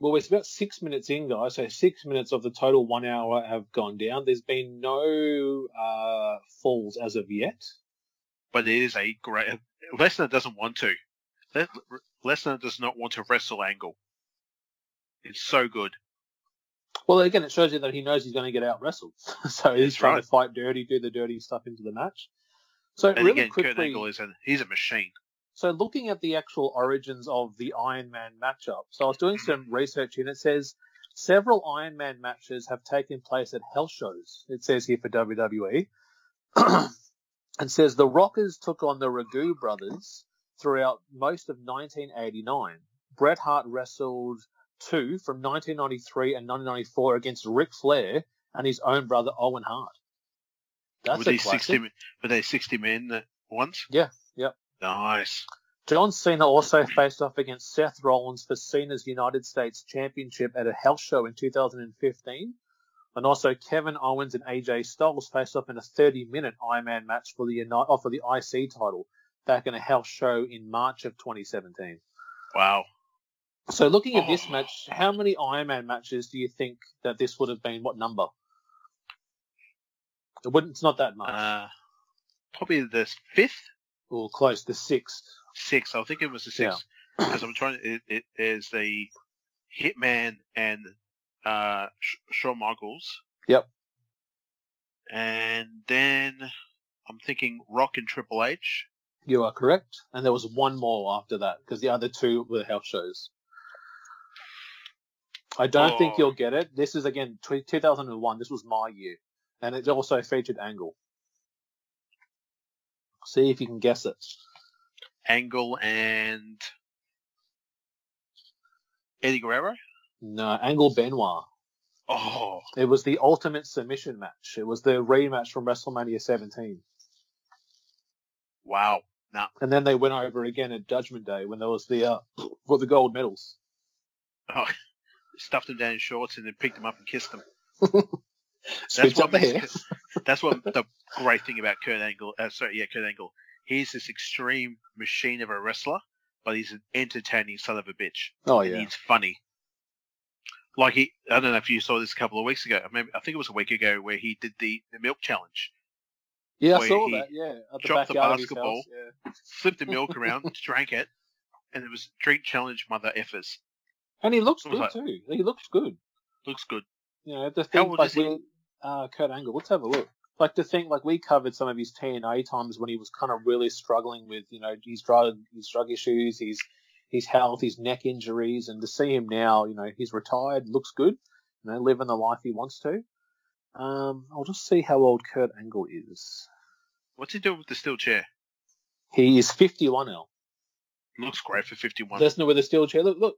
C: Well, it's about six minutes in, guys. So six minutes of the total one hour have gone down. There's been no uh, falls as of yet.
D: but it is a great. Lesnar doesn't want to. Le- Lesnar does not want to wrestle Angle. It's so good.
C: Well, again, it shows you that he knows he's going to get out wrestled. *laughs* so he's
D: That's
C: trying
D: right.
C: to fight dirty, do the dirty stuff into the match. So
D: And
C: really
D: again, Kurt
C: quickly,
D: Angle is an, he's a machine.
C: so looking at the actual origins of the Iron Man matchup, so I was doing some research and it says several Iron Man matches have taken place at hell shows. It says here for WWE. *clears throat* and says the Rockers took on the Ragu brothers throughout most of 1989. Bret Hart wrestled two from 1993 and 1994 against Ric Flair and his own brother Owen Hart. That's
D: Were
C: a
D: they sixty?
C: classic.
D: men- Were they sixty men at once?
C: Yeah, yep.
D: Nice.
C: John Cena also faced off against Seth Rollins for Cena's United States Championship at a house show in 2015. And also Kevin Owens and AJ Styles faced off in a 30-minute Iron Man match for the Uni- oh, for the IC title back in a house show in March of 2017.
D: Wow.
C: So looking at this
D: Oh.
C: match, how many Iron Man matches do you think that this would have been? What number? It wouldn't. It's not that much.
D: Uh, probably the fifth,
C: or close. The sixth.
D: sixth. I think it was the
C: Yeah.
D: sixth because I'm trying. It, it is the Hitman and uh, Sh- Shawn Michaels.
C: Yep.
D: And then I'm thinking Rock and Triple H.
C: You are correct. And there was one more after that because the other two were house shows. I don't think
D: Oh.
C: you'll get it. This is again tw 2001. This was my year, and it also featured Angle. See if you can guess it.
D: Angle and Eddie Guerrero.
C: No, Angle Benoit.
D: Oh,
C: It was the ultimate submission match. It was the rematch from WrestleMania 17.
D: wow. Nah,
C: And then they went over again at Judgment Day when there was the uh, *sniffs* for the gold medals.
D: stuffed him down in shorts and then picked him up and kissed him.
C: Switch
D: what
C: up the hair.
D: makes- That's what the great thing about Kurt Angle. Uh, sorry, yeah, Kurt Angle. He's this extreme machine of a wrestler, but he's an entertaining son of a bitch.
C: *laughs* Oh
D: and
C: yeah.
D: he's funny. Like he, I don't know if you saw this a couple of weeks ago. Maybe I think it was a week ago where he did the, the milk challenge,
C: Yeah, I
D: where
C: saw
D: he
C: that. Yeah, at the
D: dropped the
C: backyard of his
D: basketball.
C: house. Yeah.
D: flipped the
C: *laughs*
D: milk around, drank it, and it was drink challenge mother effers.
C: And he looks
D: It
C: good
D: was
C: too. He looks good.
D: Looks good.
C: You know, the
D: How
C: thing
D: old
C: like
D: is he?
C: we, uh, Kurt Angle. Let's have a look. Like to think, like we covered some of his TNA times when he was kind of really struggling with, you know, his drug, his drug issues, his his health, his neck injuries, and to see him now, you know, he's retired, looks good, you know, living the life he wants to. Um, I'll just see how old Kurt Angle is.
D: What's he doing with the steel chair?
C: He is fifty-one now.
D: Looks great for 51.
C: Listener with a steel chair. Look, look.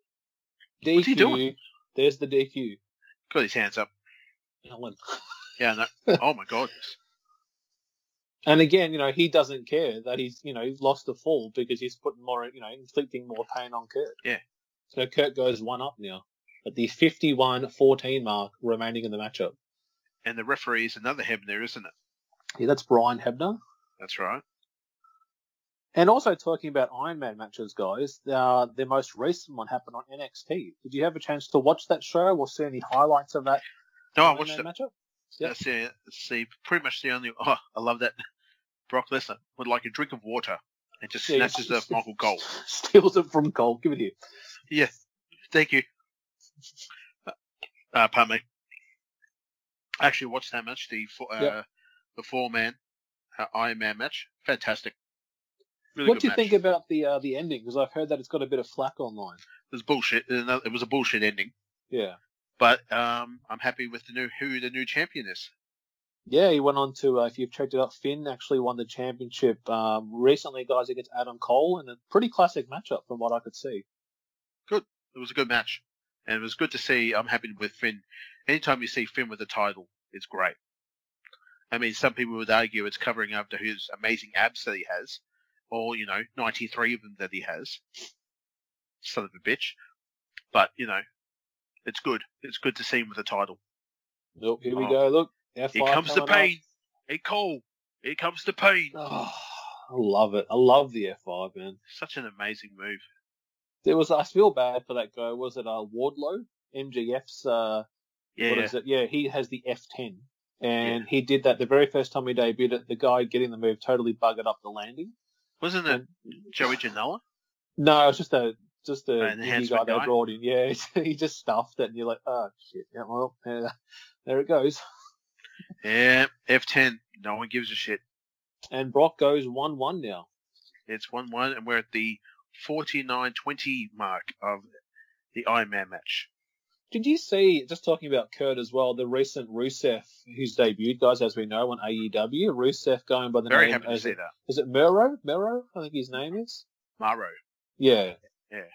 C: DQ.
D: he doing?
C: There's the DQ.
D: Got his hands up.
C: Ellen. *laughs*
D: Yeah, no. oh my god.
C: And again, you know, he doesn't care that he's, you know, he's lost a fall because he's putting more, you know, inflicting more pain on Kurt.
D: Yeah.
C: So Kurt goes one up now at the 51-14 mark remaining in the matchup.
D: And the referee is another Hebner, isn't it?
C: Yeah, that's Brian Hebner.
D: That's right.
C: And also talking about Iron Man matches, guys, uh, their most recent one happened on NXT. Did you have a chance to watch that show or see any highlights of that
D: No, Oh, I
C: Iron
D: watched
C: Man
D: it.
C: matchup? Yeah.
D: That's the, it's the pretty much the only. Oh, I love that. Brock Lesnar would like a drink of water and just
C: Yeah, he
D: snatches it off Michael Gold.
C: *laughs* Steals it from Gold. Give it here.
D: Yes, thank you. Uh, pardon me. I actually watched that match, the four, uh,
C: Yeah.
D: the four man uh, Iron Man match. Fantastic. Really
C: what
D: good
C: do you
D: match.
C: think about the uh, the ending? Because I've heard that it's got a bit of flack online.
D: It was bullshit. uh, It was a bullshit ending,
C: Yeah.
D: but um, I'm happy with the new who the new champion is.
C: Yeah, he went on to, uh, if you've checked it out, Finn actually won the championship um, recently, guys, against Adam Cole, in a pretty classic matchup from what I could see.
D: It was a good match, and it was good to see. I'm happy with Finn. Anytime you see Finn with a title, it's great. I mean, some people would argue it's covering up to his amazing abs that he has, or you know, 93 of them that he has. Son of a bitch, but you know, it's good. It's good to see him with a title.
C: Nope, here we
D: Oh.
C: go. Look, F5
D: Here comes the
C: coming up.
D: pain. Hey Cole, here comes the pain.
C: Oh, I love it. I love the F5, man.
D: Such an amazing move.
C: There was, I feel bad for that guy. Was it uh, Wardlow? MGF's, uh,
D: Yeah,
C: what
D: yeah.
C: is it? Yeah, he has the F10. And he did that the very first time he debuted it. The guy getting the move totally buggered up the landing.
D: wasn't it Joey Janela?
C: No, it's just a just a
D: An
C: indie guy
D: enhancement
C: they
D: guy?
C: brought in. Yeah, *laughs* he just stuffed it, and you're like, oh shit. Yeah, well, yeah, there it goes.
D: Yeah, F10. No one gives a shit.
C: And Brock goes one-one now.
D: It's 1 1, and we're at the 49 20 mark of the Iron Man match.
C: Did you see? Just talking about Kurt as well. The recent Rusev, who's debuted, guys, as we know, on AEW. Rusev going by the
D: Very
C: name.
D: happy to
C: is
D: see
C: it,
D: that.
C: is it Muro? Muro, I think his name is.
D: Maro.
C: Yeah,
D: Because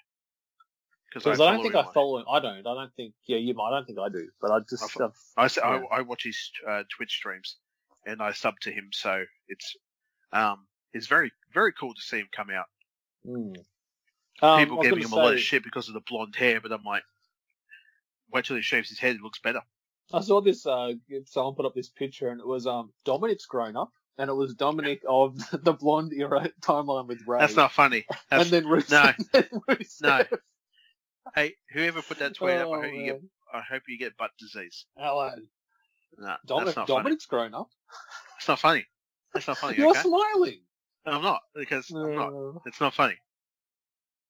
C: because I, don't think I follow him. I don't. I don't think. Yeah, you might. I don't think I do. But I just.
D: I fo-
C: uh,
D: I, s- I-
C: yeah.
D: I watch his uh, Twitch streams and I sub to him, so it's um it's very very cool to see him come out.
C: mm. Um, I
D: People
C: was
D: giving
C: gonna
D: him a lot of
C: say-
D: shit because of the blonde hair, but I'm like, wait till he shaves his head, it looks better.
C: I saw this. Uh, someone put up this picture, and it was um Dominic's grown up, and it was Dominic of *laughs* the blonde era timeline with Ray.
D: That's
C: *laughs*
D: not funny. That's,
C: and *laughs* then Rusev.
D: no. hey, whoever put that tweet up,
C: Oh,
D: I hope, you get,
C: man.
D: I hope you get butt disease.
C: Alan.
D: No,
C: Dominic,
D: that's not funny.
C: Dominic's grown up.
D: It's not funny. It's not funny.
C: *laughs* You're
D: Okay?
C: smiling.
D: No, I'm not because I'm not. It's not funny.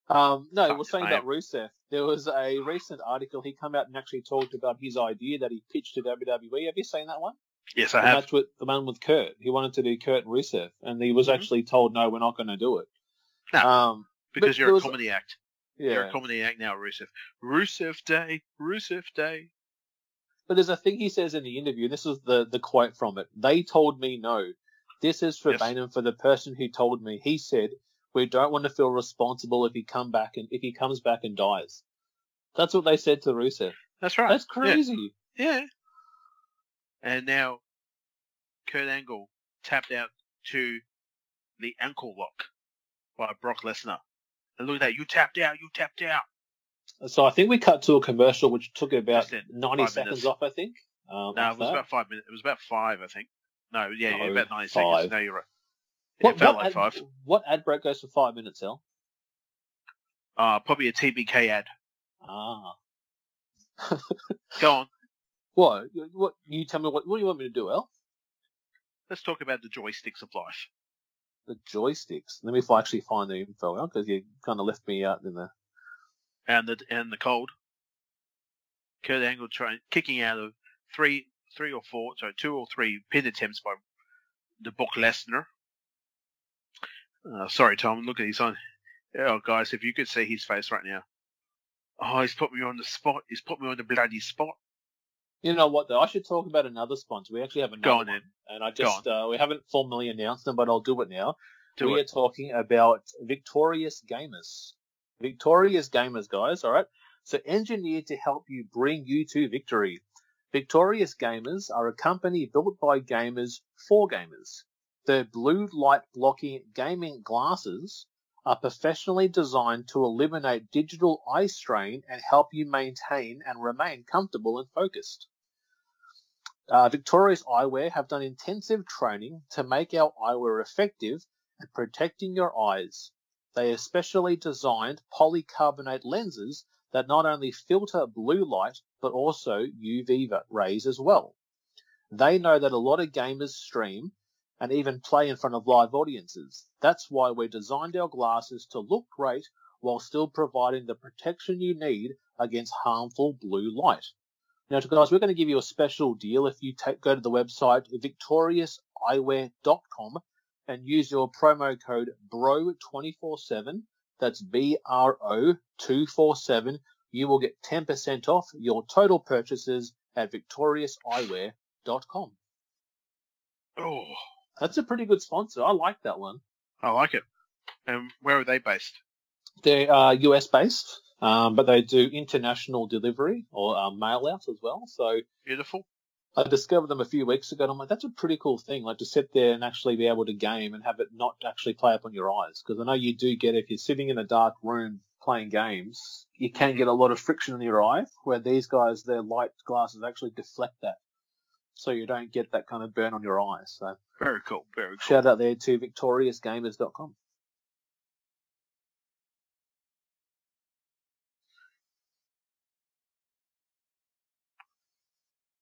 C: Um, no,
D: Fuck,
C: we're saying
D: I
C: about
D: am.
C: Rusev. There was a recent article. He come out and actually talked about his idea that he pitched to WWE. Have you seen that one?
D: Yes, I
C: the
D: have.
C: match with the man with Kurt. He wanted to do Kurt and Rusev, and he was
D: Mhm.
C: actually told, "No, we're not going to do it."
D: No.
C: Um,
D: Because
C: but
D: you're
C: there
D: a
C: was-
D: comedy act.
C: yeah.
D: You're a comedy act now, Rusev. Rusev Day. Rusev Day.
C: But there's a thing he says in the interview. This is the, the quote from it. They told me no. This is
D: Yes.
C: verbatim for the person who told me. He said, "We don't want to feel responsible if he come back and if he comes back and dies." That's what they said to Rusev.
D: That's right.
C: That's crazy.
D: Yeah. yeah. And now, Kurt Angle tapped out to the ankle lock by Brock Lesnar. And look at that. You tapped out. You tapped out.
C: So I think we cut to a commercial which took about
D: Just did.
C: ninety
D: Five
C: seconds
D: minutes.
C: off. I think. Um,
D: No, it
C: after
D: was
C: that.
D: about five minutes. It was about five, I think. No, yeah,
C: No,
D: about nine
C: five.
D: seconds. No, you're right.
C: what,
D: it felt
C: what
D: like
C: ad,
D: five.
C: What ad break goes for five minutes, El?
D: Uh, probably a TBK ad.
C: Ah,
D: Go on.
C: what? You- What? You tell me what? What do you want me to do, El?
D: Let's talk about the joysticks of life.
C: The joysticks. Let me if I actually find the info out because you kind of left me out in the
D: and the and the cold. Kurt Angle trying kicking out of three three or four so two or three pin attempts by the Brock Lesnar. Uh, sorry, Tom. Look at his on. Oh, guys, if you could see his face right now. Oh, he's put me on the spot. He's put me on the bloody spot.
C: You know what though? I should talk about another sponsor. We actually have another
D: Go on
C: one,
D: then.
C: and I just uh, we haven't formally announced them, but I'll do it now.
D: Do
C: we
D: it.
C: are talking about Victorious Gamers. Victorious Gamers, guys. All right. So engineered to help you bring you to victory. Victorious Gamers are a company built by gamers for gamers. Their blue light blocking gaming glasses are professionally designed to eliminate digital eye strain and help you maintain and remain comfortable and focused. Uh, Victorious Eyewear have done intensive training to make our eyewear effective at protecting your eyes. They have specially designed polycarbonate lenses that not only filter blue light but also UV rays as well. They know that a lot of gamers stream and even play in front of live audiences. That's why we designed our glasses to look great while still providing the protection you need against harmful blue light. Now, guys, we're going to give you a special deal if you take, go to the website victoriouseyewear.com and use your promo code BRO247. That's B R O 247. You will get 10% off your total purchases at victoriouseyewear.com.
D: Oh,
C: That's a pretty good sponsor. I like that one.
D: I like it. And where are they based?
C: They are US based, um, but they do international delivery or uh, mail out as well. So
D: Beautiful.
C: I discovered them a few weeks ago, and I'm like, that's a pretty cool thing. Like to sit there and actually be able to game and have it not actually play up on your eyes, because I know you do get if you're sitting in a dark room playing games, you can get a lot of friction on your eye. Where these guys, their light glasses actually deflect that, so you don't get that kind of burn on your eyes. So
D: Very cool. Very cool.
C: shout out there to victoriousgamers.com.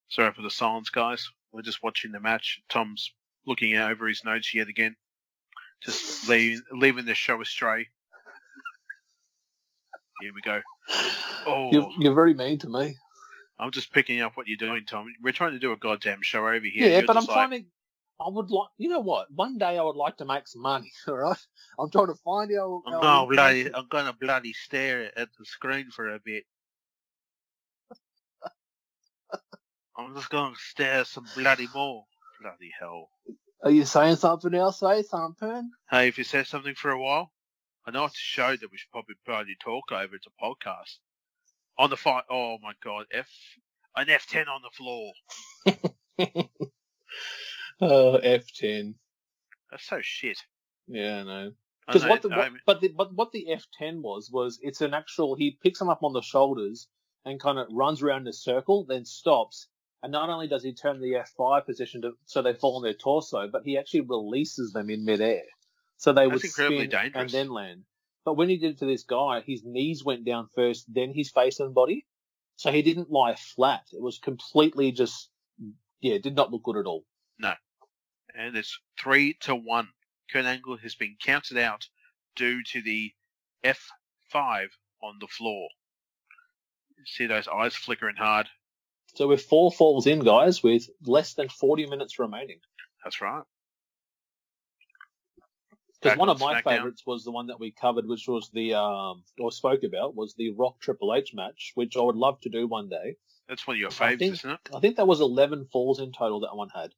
D: Sorry for the silence, guys. We're just watching the match. Tom's looking over his notes yet again, just leaving, leaving the show astray. Here we go. Oh,
C: You're, you're very mean to me.
D: I'm just picking up what you're doing, Tom. We're trying to do a goddamn show over here.
C: Yeah,
D: You're
C: but I'm
D: just like,
C: trying to. I would like, you know what? One day I would like to make some money. *laughs* All right, I'm trying to find out.
D: I'm gonna bloody, I'm gonna bloody stare at the screen for a
C: *laughs*
D: bit. I'm just gonna stare some bloody more. Bloody hell.
C: Are you saying something else? eh, Say something.
D: Hey, if you say something for a while, I know it's a show that we should probably probably talk over. It's a podcast. On the fight. Oh my god. F an F10 on the floor.
C: *laughs* Oh, F10.
D: That's so shit.
C: Yeah, I know.
D: I
C: Because
D: know-
C: what the
D: I
C: what,
D: mean-
C: but the but what the F10 was was it's an actual. He picks him up on the shoulders and kind of runs around in a circle, then stops. And not only does he turn the F5 position to, so they fall on their torso, but he actually releases them in midair, so they
D: That's
C: would
D: incredibly
C: spin and
D: dangerous.
C: then land. But when he did it to this guy, his knees went down first, then his face and body, so he didn't lie flat. It was completely just yeah, it did not look good at all.
D: and it's three to one. Kurt Angle has been counted out due to the F5 on the floor. You see those eyes flickering hard.
C: So we're four falls in, guys, with less than 40 minutes remaining.
D: That's right.
C: Because
D: Back
C: one
D: on
C: of my
D: SmackDown.
C: favourites was the one that we covered, which was the um or spoke about was the Rock Triple H match, which I would love to do one day.
D: That's one of your
C: I
D: faves,
C: think-
D: isn't it?
C: I think that was 11 falls in total that one had.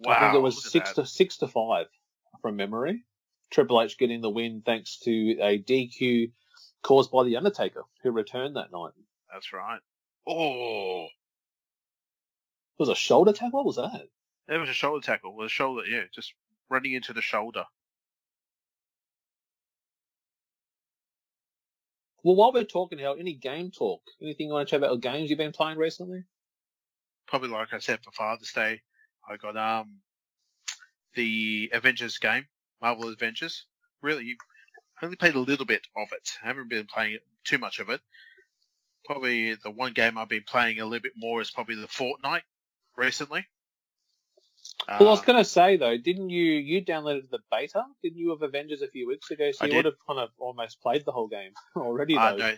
D: Wow.
C: I think it was
D: look at
C: six
D: that.
C: to six to five from memory. Triple H getting the win thanks to a DQ caused by the Undertaker, who returned that night.
D: That's right. Oh,
C: It was a shoulder tag. What was that?
D: it was a shoulder tackle. It was a shoulder, yeah, just running into the shoulder.
C: Well, while we're talking, Hal, any game talk? Anything you want to chat about? Or games you've been playing recently?
D: Probably like I said for Father's Day, I got um the Avengers game, Marvel Adventures. Really, I only played a little bit of it. I haven't been playing too much of it. Probably the one game I've been playing a little bit more is probably the Fortnite recently.
C: Well, I was
D: Uh,
C: going to say though, didn't you you downloaded the beta? Didn't you of Avengers a few weeks ago? So
D: I
C: you
D: did.
C: would have kind of almost played the whole game *laughs* already. Though.
D: uh, no,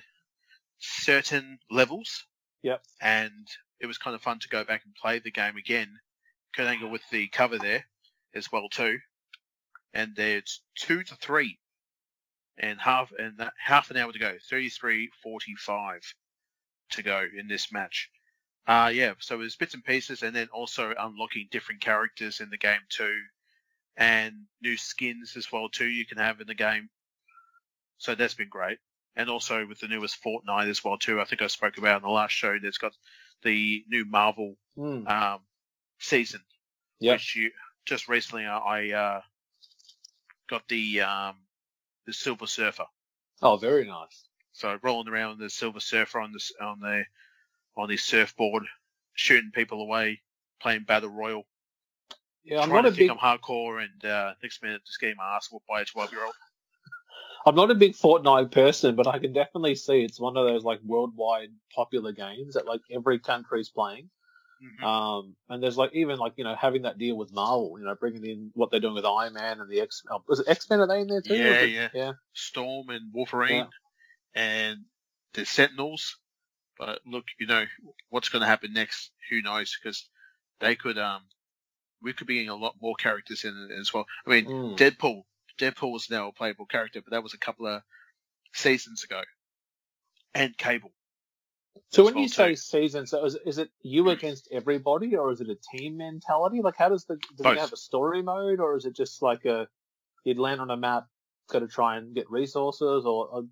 D: certain levels.
C: Yep.
D: And it was kind of fun to go back and play the game again. Kurt Angle with the cover there as well too. And there's two to three, and half and that, half an hour to go. Thirty-three forty-five to go in this match. Uh yeah. So there's bits and pieces, and then also unlocking different characters in the game too, and new skins as well too. You can have in the game. So that's been great and also with the newest Fortnite as well too. I think I spoke about in the last show. There's got the new Marvel
C: Hmm.
D: um, season,
C: Yep.
D: which you just recently I, I uh, got the um, the Silver Surfer.
C: Oh, very nice.
D: So rolling around the Silver Surfer on this on the on his surfboard, shooting people away, playing Battle Royal,
C: Yeah, I'm
D: trying
C: not a
D: to think
C: big.
D: I'm hardcore, and uh, next minute just getting my ass whooped by a twelve year old.
C: I'm not a big Fortnite person, but I can definitely see it's one of those like worldwide popular games that like every country's playing.
D: Hmm.
C: Um, and there's like even like you know having that deal with Marvel, you know, bringing in what they're doing with Iron Man and the X. Oh, was it X Men? Are they in there too?
D: Yeah,
C: Was it-
D: yeah.
C: yeah.
D: Storm and Wolverine and the Sentinels. But look, you know what's going to happen next. Who knows? Because they could, um, we could be in a lot more characters in it as well. I mean,
C: Mm.
D: Deadpool. Deadpool is now a playable character, but that was a couple of seasons ago. And Cable.
C: So
D: as
C: when
D: well
C: you say
D: too.
C: season, so is, is it
D: Mm-hmm.
C: you against everybody, or is it a team mentality? Like, how does the does
D: Both.
C: it have a story mode, or is it just like a you'd land on a map, got to try and get resources, or, or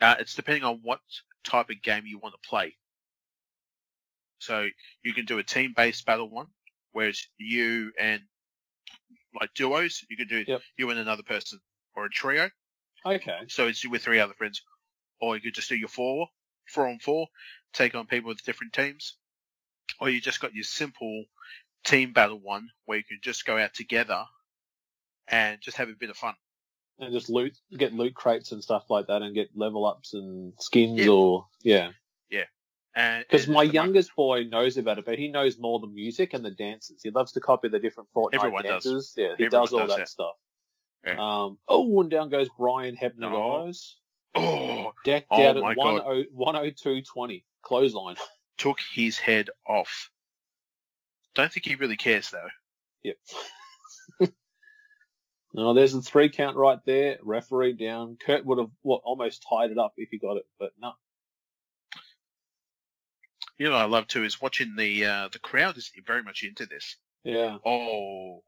D: Uh, it's depending on what type of game you want to play. So you can do a team-based battle one, where it's you and like duos. You can do
C: Yep.
D: you and another person, or a trio.
C: okay,
D: So it's you with three other friends, or you could just do your four, four on four, take on people with different teams, or you just got your simple team battle one where you can just go out together and just have a bit of fun.
C: and just loot, get loot crates and stuff like that, and get level ups and skins,
D: Yeah.
C: or yeah.
D: And
C: Because
D: and
C: my
D: at the moment-
C: youngest boy knows about it, but he knows more the music and the dances. He loves to copy the different Fortnite
D: Everyone does.
C: dances. Yeah, he
D: Everyone
C: does all
D: does
C: that
D: that.
C: stuff.
D: Yeah.
C: Um, oh, and down goes Brian Hebner,
D: Oh.
C: guys.
D: oh
C: Decked
D: Oh
C: out
D: my
C: at 10- 10- 102.20, clothesline. *laughs*
D: took his head off. Don't think he really cares though.
C: Yep. *laughs* no, there's a three count right there. Referee down. Kurt would have what almost tied it up if he got it, but no.
D: You know what I love too is watching the uh, the crowd is very much into this.
C: Yeah, *laughs*
D: Oh,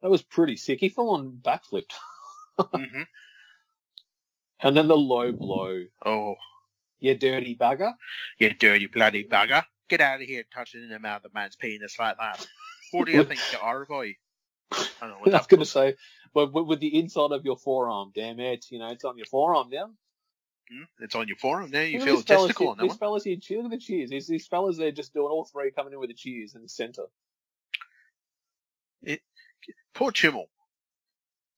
C: that was pretty sick. He fell on backflipped,
D: hmm
C: and then the low blow.
D: oh,
C: You dirty bugger. *laughs*
D: you dirty bloody bugger! Get out of here, touching in the mouth of man's penis like that. What do you think you are, boy? I don't know what
C: *laughs* I was
D: that
C: going to
D: was.
C: say, but with with the inside of your forearm, damn it, you know, it's on your forearm now.
D: Hmm? It's on your forearn now. You
C: Look at
D: feel a
C: these fellas
D: testicle
C: here-
D: on that
C: These
D: one.
C: fellas here, cheer- look at the cheers. These, these fellas, they're just doing all three coming in with the cheers in the center. *laughs*
D: Poor Chimmel.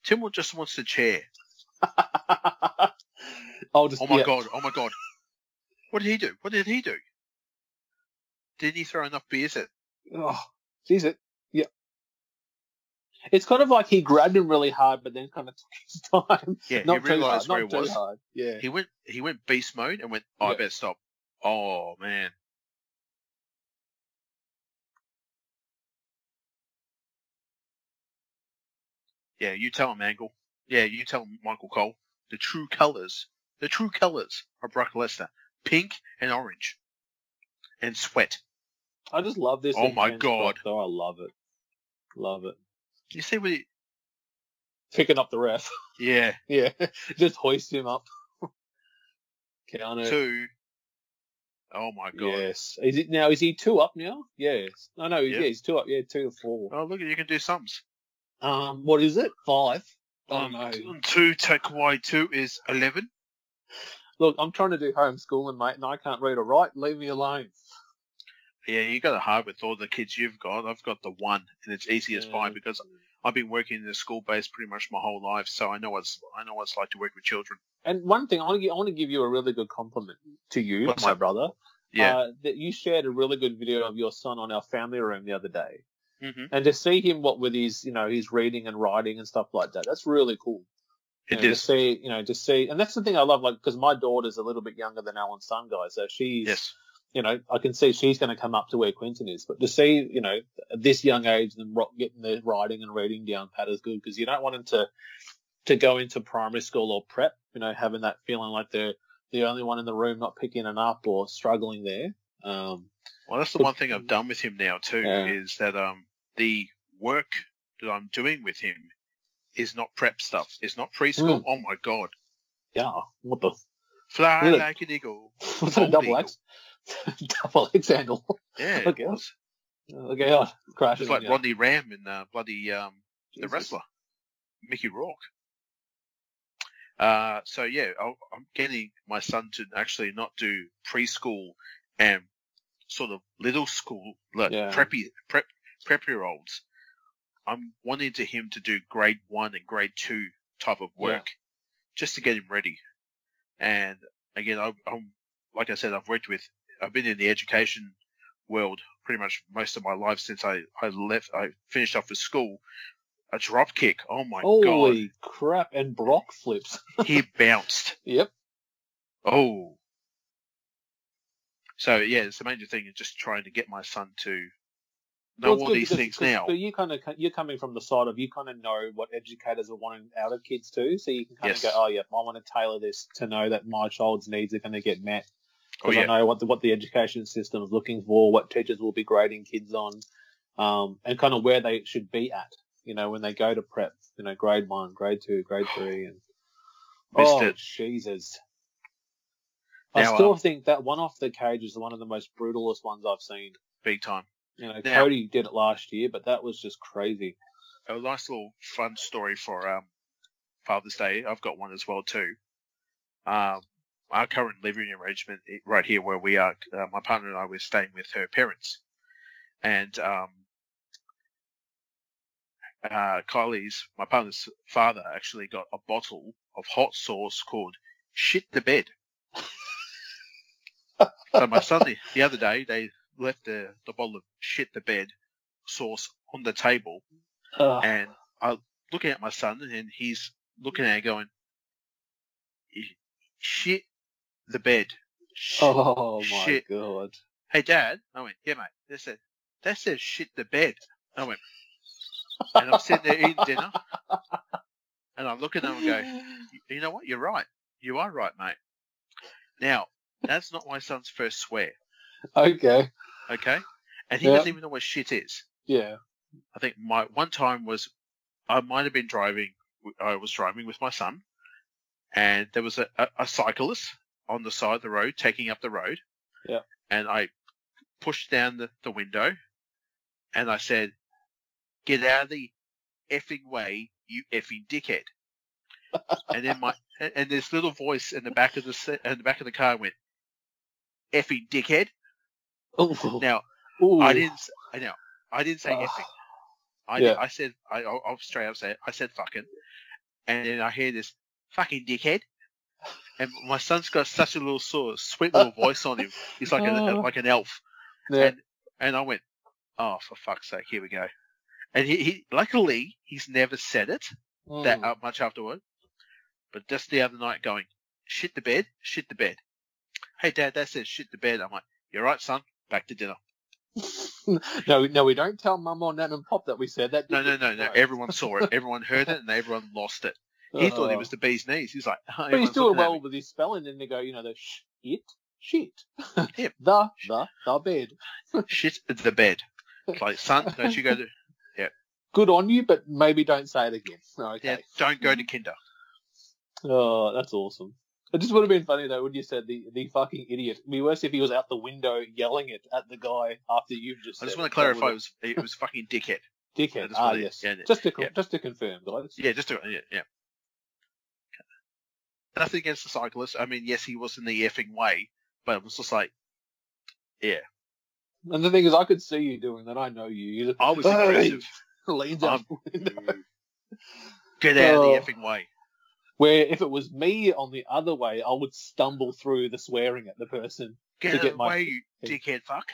D: Chimmel just wants the chair.
C: I'll just,
D: Oh my
C: yeah.
D: god! Oh my god! What did he do? What did he do? Didn't he throw enough beers at?
C: Oh, jeez, it. Yeah. It's kind of like he grabbed him really hard, but then kind of *laughs* took his time.
D: Yeah,
C: Not
D: he
C: too hard.
D: realised where
C: Not
D: it
C: too
D: was.
C: hard. Yeah.
D: He went he went beast mode and went, oh, I
C: Yeah.
D: better stop. Oh man. Yeah, you tell him, Angle. Yeah, you tell him, Michael Cole. The true colours, the true colours of Brock Lesnar, pink and orange, and sweat.
C: I just love this.
D: Oh my
C: intense
D: God.
C: stuff, Though I love it. Love it.
D: You see what? He,
C: Picking up the ref. *laughs*
D: yeah.
C: yeah. Just hoist him up. *laughs* Counter.
D: Two. Oh my god.
C: Yes. Is it now? Is he two up now? Yes. No, no.
D: Yep.
C: Yeah, he's two up. Yeah, two or four.
D: Oh look, you can do sums. Oh. Um,
C: Um, what is it? Five. Oh I don't know.
D: Two take away two is eleven.
C: Look, I'm trying to do homeschooling, mate, and I can't read or write. Leave me alone.
D: Yeah, you got it hard with all the kids you've got. I've got the one, and it's easy as pie
C: Yeah.
D: because I've been working in the school base pretty much my whole life, so I know what's I know what it's like to work with children.
C: And one thing, I want to give, I want to give you a really good compliment to you,
D: What's
C: my
D: that?
C: brother.
D: Yeah,
C: Uh, that you shared a really good video of your son on our family room the other day,
D: hmm
C: and to see him what with his, you know, his reading and writing and stuff like that. That's really cool. You
D: it
C: know,
D: is.
C: To see, you know, to see, and that's the thing I love, like, because my daughter's a little bit younger than Alan's son, guys. So she's,
D: Yes,
C: you know, I can see she's going to come up to where Quentin is. But to see, you know, at this young age, them ro- getting their writing and reading down pat is good because you don't want them to to go into primary school or prep, you know, having that feeling like they're the only one in the room not picking it up or struggling there. Um,
D: well, that's the
C: But-
D: one thing I've done with him now too
C: Yeah.
D: is that um the work that I'm doing with him is not prep stuff. It's not
C: Hmm.
D: preschool. Oh my god,
C: yeah, what the *laughs*
D: fly
C: Really?
D: like an eagle.
C: was that a
D: Old
C: *laughs* double
D: eagle.
C: X? double X handle.
D: Yeah,
C: *laughs*
D: it
C: Okay.
D: was.
C: Okay, on. Crashing.
D: Just like
C: on you.
D: Rodney Ram in uh, bloody um, the
C: Jesus.
D: wrestler, Mickey Rourke. Uh, so yeah, I'll, I'm getting my son to actually not do preschool and sort of little school, like
C: Yeah.
D: preppy prep prep year olds. I'm wanting to him to do grade one and grade two type of work, just to get him ready. And again, I, I'm like I said, I've worked with, I've been in the education world pretty much most of my life since I I left, I finished up with school. A drop kick, oh my god!
C: Holy crap! And Brock flips. *laughs*
D: he bounced.
C: Yep.
D: Oh. So yeah, it's the major thing is just trying to get my son to know
C: Well, it's
D: all
C: good
D: these
C: because-
D: things
C: because-
D: now.
C: But you kind of you're coming from the side of you kind of know what educators are wanting out of kids too, so you can kind
D: Yes.
C: of go, oh yeah, I want to tailor this to know that my child's needs are going to get met.
D: Oh
C: Because
D: yeah,
C: I know what the, what the education system is looking for, what teachers will be grading kids on, um, and kind of where they should be at. You know, when they go to prep, you know, grade one, grade two,
D: *sighs*
C: grade three, and
D: Missed
C: oh
D: it.
C: Jesus.
D: Now,
C: I still
D: um,
C: think that one off the cage is one of the most brutalest ones I've seen.
D: big time.
C: You know,
D: Now-
C: Cody did it last year, but that was just crazy.
D: a nice little fun story for um, Father's Day. I've got one as well too. Um, our current living arrangement i- right here where we are, uh, my partner and I were staying with her parents, and um, uh, Kylie's my partner's father actually got a bottle of hot sauce called "Shit the Bed." so my son the- the other day they left the, the bottle of "Shit the Bed" sauce on the table
C: Ugh.
D: and I looking at my son, and he's looking at it going, "Shit, the bed." Shit.
C: oh my
D: shit.
C: god!
D: Hey, Dad. I went, "Yeah, mate." They said, "That says shit the bed." I went, and I'm sitting there eating dinner, and I look at him and go, "You know what? You're right. You are right, mate." Now, that's not my son's first swear,
C: *laughs* Okay,
D: okay? And he
C: Yeah.
D: doesn't even know what shit is.
C: yeah,
D: I think my one time was I might have been driving. I was driving with my son, and there was a, a, a cyclist on the side of the road taking up the road.
C: Yeah.
D: And I pushed down the, the window, and I said, "Get out of the effing way, you effing dickhead!" and then my and, and this little voice in the back of the se- in the back of the car went, "Effing dickhead!"
C: Ooh.
D: Now
C: *laughs* Ooh.
D: I didn't. s- I know. I didn't say
C: Ugh. *sighs*
D: effing. I,
C: Yeah.
D: did- I said. I, I'll, I'll straight up say. It. I said fucking. And then I hear this fucking dickhead. And my son's got such a little sort of sweet
C: *laughs*
D: little voice on him. He's like an
C: Oh.
D: like an elf.
C: Yeah.
D: And and I went, oh for fuck's sake, here we go. And he, he luckily he's never said it that uh
C: Mm.
D: up much afterward. But just the other night going, shit the bed, shit the bed. Hey dad, that says shit the bed. I'm like, you're right, son. Back to dinner.
C: *laughs* no, no, we don't tell mum or nan and pop that we said that.
D: No,
C: do
D: no,
C: we?
D: no, no. Everyone
C: *laughs*
D: saw it. Everyone heard it, and everyone lost it. He thought it was the bee's knees. He's like, oh,
C: Uh-huh. But he's
D: everyone's
C: doing
D: looking at
C: well
D: me.
C: with his spelling, and they go, you know, the sh it shit,
D: Yep.
C: *laughs* the the the bed.
D: Shit the bed. It's
C: *laughs*
D: like, son, don't you go to
C: Good on you, but maybe don't say it again. *laughs* Okay.
D: yeah, don't go to kinder.
C: Oh, that's awesome. It just would have been funny though when you said the, the fucking idiot. It'd be worse if he was out the window yelling it at the guy after you've just.
D: I just
C: said
D: want
C: it.
D: to clarify. It
C: That
D: was, it was fucking dickhead.
C: would've-
D: I
C: dickhead.
D: just
C: Ah,
D: wanna-
C: yes.
D: yeah, yeah,
C: just to con-
D: yeah.
C: just to confirm, guys.
D: Yeah, just to, yeah, yeah. Nothing against the cyclist. I mean, yes, he was in the effing way, but it was just like,
C: And the thing is, I could see you doing that. I know you. You just *laughs*
D: I was
C: Hey!
D: aggressive.
C: leans out
D: Um,
C: the window. *laughs*
D: Get out of
C: Oh.
D: the effing way.
C: Where if it was me on the other way, I would stumble through the swearing at the person.
D: Get
C: To
D: out
C: get
D: of the
C: my-
D: way, you dickhead fuck.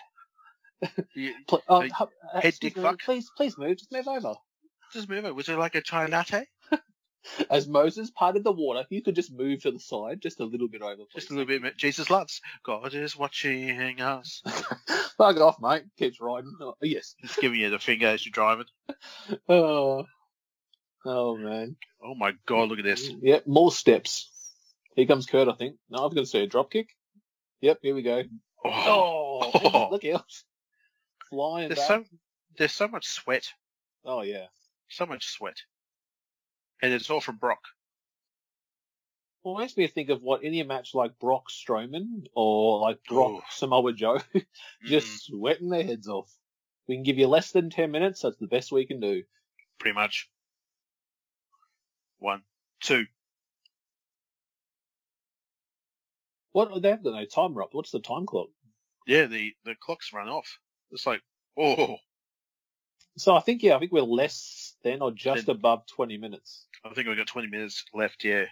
C: *laughs*
D: You,
C: Pl- oh,
D: Hey,
C: hu- uh,
D: head
C: excuse
D: dick
C: me,
D: fuck.
C: Please, please move. Just move over.
D: just move it. Was it like a chai latte?
C: As Moses parted the water, you could just move to the side, just a little bit over.
D: Just a
C: please.
D: little bit. of Jesus loves. God is watching us.
C: *laughs* Fuck off, mate. Keeps riding. Oh, yes.
D: Just giving you the finger as you're driving.
C: Oh, oh man.
D: Oh my God! Look at this.
C: Yep, more steps. Here comes Kurt, I think. No, I've got to say a drop kick. Yep, here we go.
D: Oh,
C: Oh,
D: *laughs*
C: look out. Flying
D: there's
C: back.
D: so there's so much sweat,
C: Oh, yeah.
D: so much sweat, and it's all from Brock.
C: Well, it makes me think of what any match like Brock Strowman or like Brock
D: Ooh.
C: Samoa Joe *laughs*
D: Mm,
C: just sweating their heads off. We can give you less than 10 minutes. That's the best we can do.
D: pretty much. One, two.
C: What? They have no timer up. What's the time clock?
D: Yeah, the the clocks run off. It's like, oh,
C: So I think, yeah, I think we're less than or just
D: Then-
C: above 20 minutes.
D: I think we've got 20 minutes left. Yeah.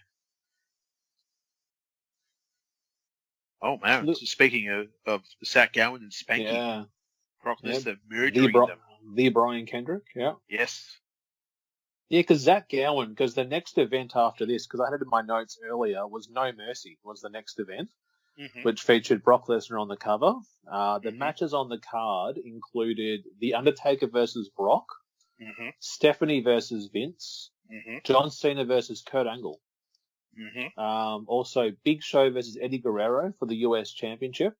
D: Oh man!
C: Look-
D: so speaking of, of Zach Gowan and Spanky
C: Yeah.
D: Brock
C: Yep.
D: Lesnar
C: The,
D: murdering
C: Bri-
D: them.
C: the Brian Kendrick, yeah.
D: Yes.
C: Yeah, because Zach Gowen, because the next event after this, because I had it in my notes earlier, was No Mercy was the next event,
D: Mhm.
C: which featured Brock Lesnar on the cover. Uh, the
D: Mhm.
C: matches on the card included The Undertaker versus Brock,
D: Mhm.
C: Stephanie versus Vince,
D: Mhm.
C: John Cena versus Kurt Angle,
D: Mhm.
C: um, also Big Show versus Eddie Guerrero for the US Championship,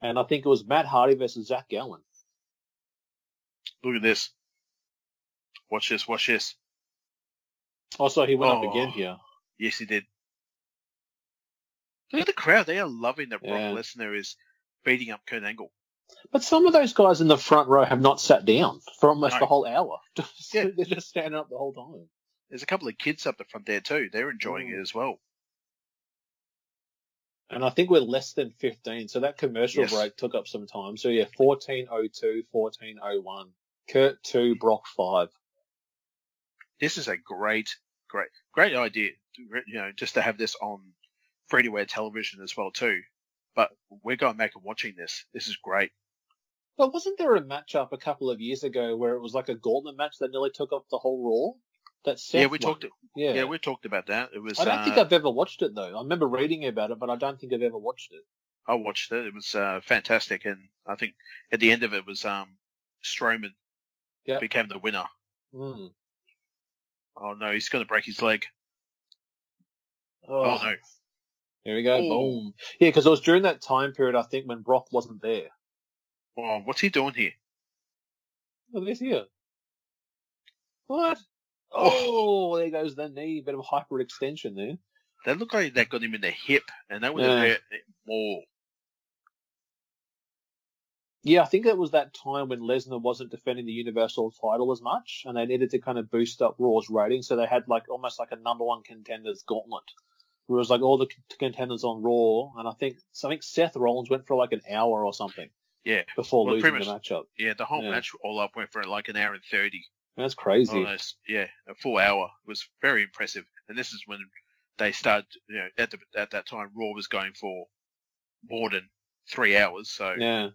C: and I think it was Matt Hardy versus Zach Gowen.
D: Look at this. Watch this. Watch this.
C: Also, he went
D: Oh.
C: up again here.
D: Yes, he did. Look at the crowd. They are loving that Brock
C: Yeah.
D: Lesnar is beating up Kurt Angle.
C: But some of those guys in the front row have not sat down for almost
D: No.
C: the whole hour. *laughs*
D: Yeah.
C: They're just standing up the whole time.
D: There's a couple of kids up the front there too. They're enjoying
C: Mm.
D: it as well.
C: And I think we're less than 15. So that commercial
D: Yes.
C: break took up some time. So yeah, 1402, 1401. Kurt 2, Brock 5.
D: This is a great, great, great idea. You know, just to have this on free-to-air television as well too. But we're going back and watching this. This is great.
C: But wasn't there a matchup a couple of years ago where it was like a gauntlet match that nearly took up the whole Raw? That Seth
D: yeah, we
C: one?
D: talked.
C: Yeah.
D: Yeah. we talked about that. It was.
C: I don't
D: uh,
C: think I've ever watched it though. I remember reading about it, but I don't think I've ever watched it.
D: I watched it. It was uh, fantastic, and I think at the end of it was um, Strowman
C: Yeah.
D: became the winner.
C: Hmm.
D: Oh no, he's going to break his leg.
C: Oh,
D: Oh no,
C: Here we go.
D: Oh.
C: Boom. Yeah, because it was during that time period, I think, when Brock wasn't there.
D: oh, what's he doing here?
C: Look at Oh, this here. What? Oh, there goes the knee. Bit of hyperextension there.
D: That looked like that got him in the hip, and that would have
C: Yeah.
D: hurt it more.
C: Yeah, I think that was that time when Lesnar wasn't defending the Universal title as much, and they needed to kind of boost up Raw's rating, so they had like almost like a number one contenders gauntlet. Where it was like all the c- contenders on Raw, and I think so I think Seth Rollins went for like an hour or something
D: Yeah,
C: before
D: Well,
C: losing
D: pretty
C: the
D: much-
C: matchup.
D: yeah. The whole
C: Yeah.
D: match all up went for like an hour and thirty.
C: That's crazy.
D: Almost, yeah, a full hour It was very impressive. And this is when they started. You know, at the at that time, Raw was going for more than three hours. So,
C: Yeah.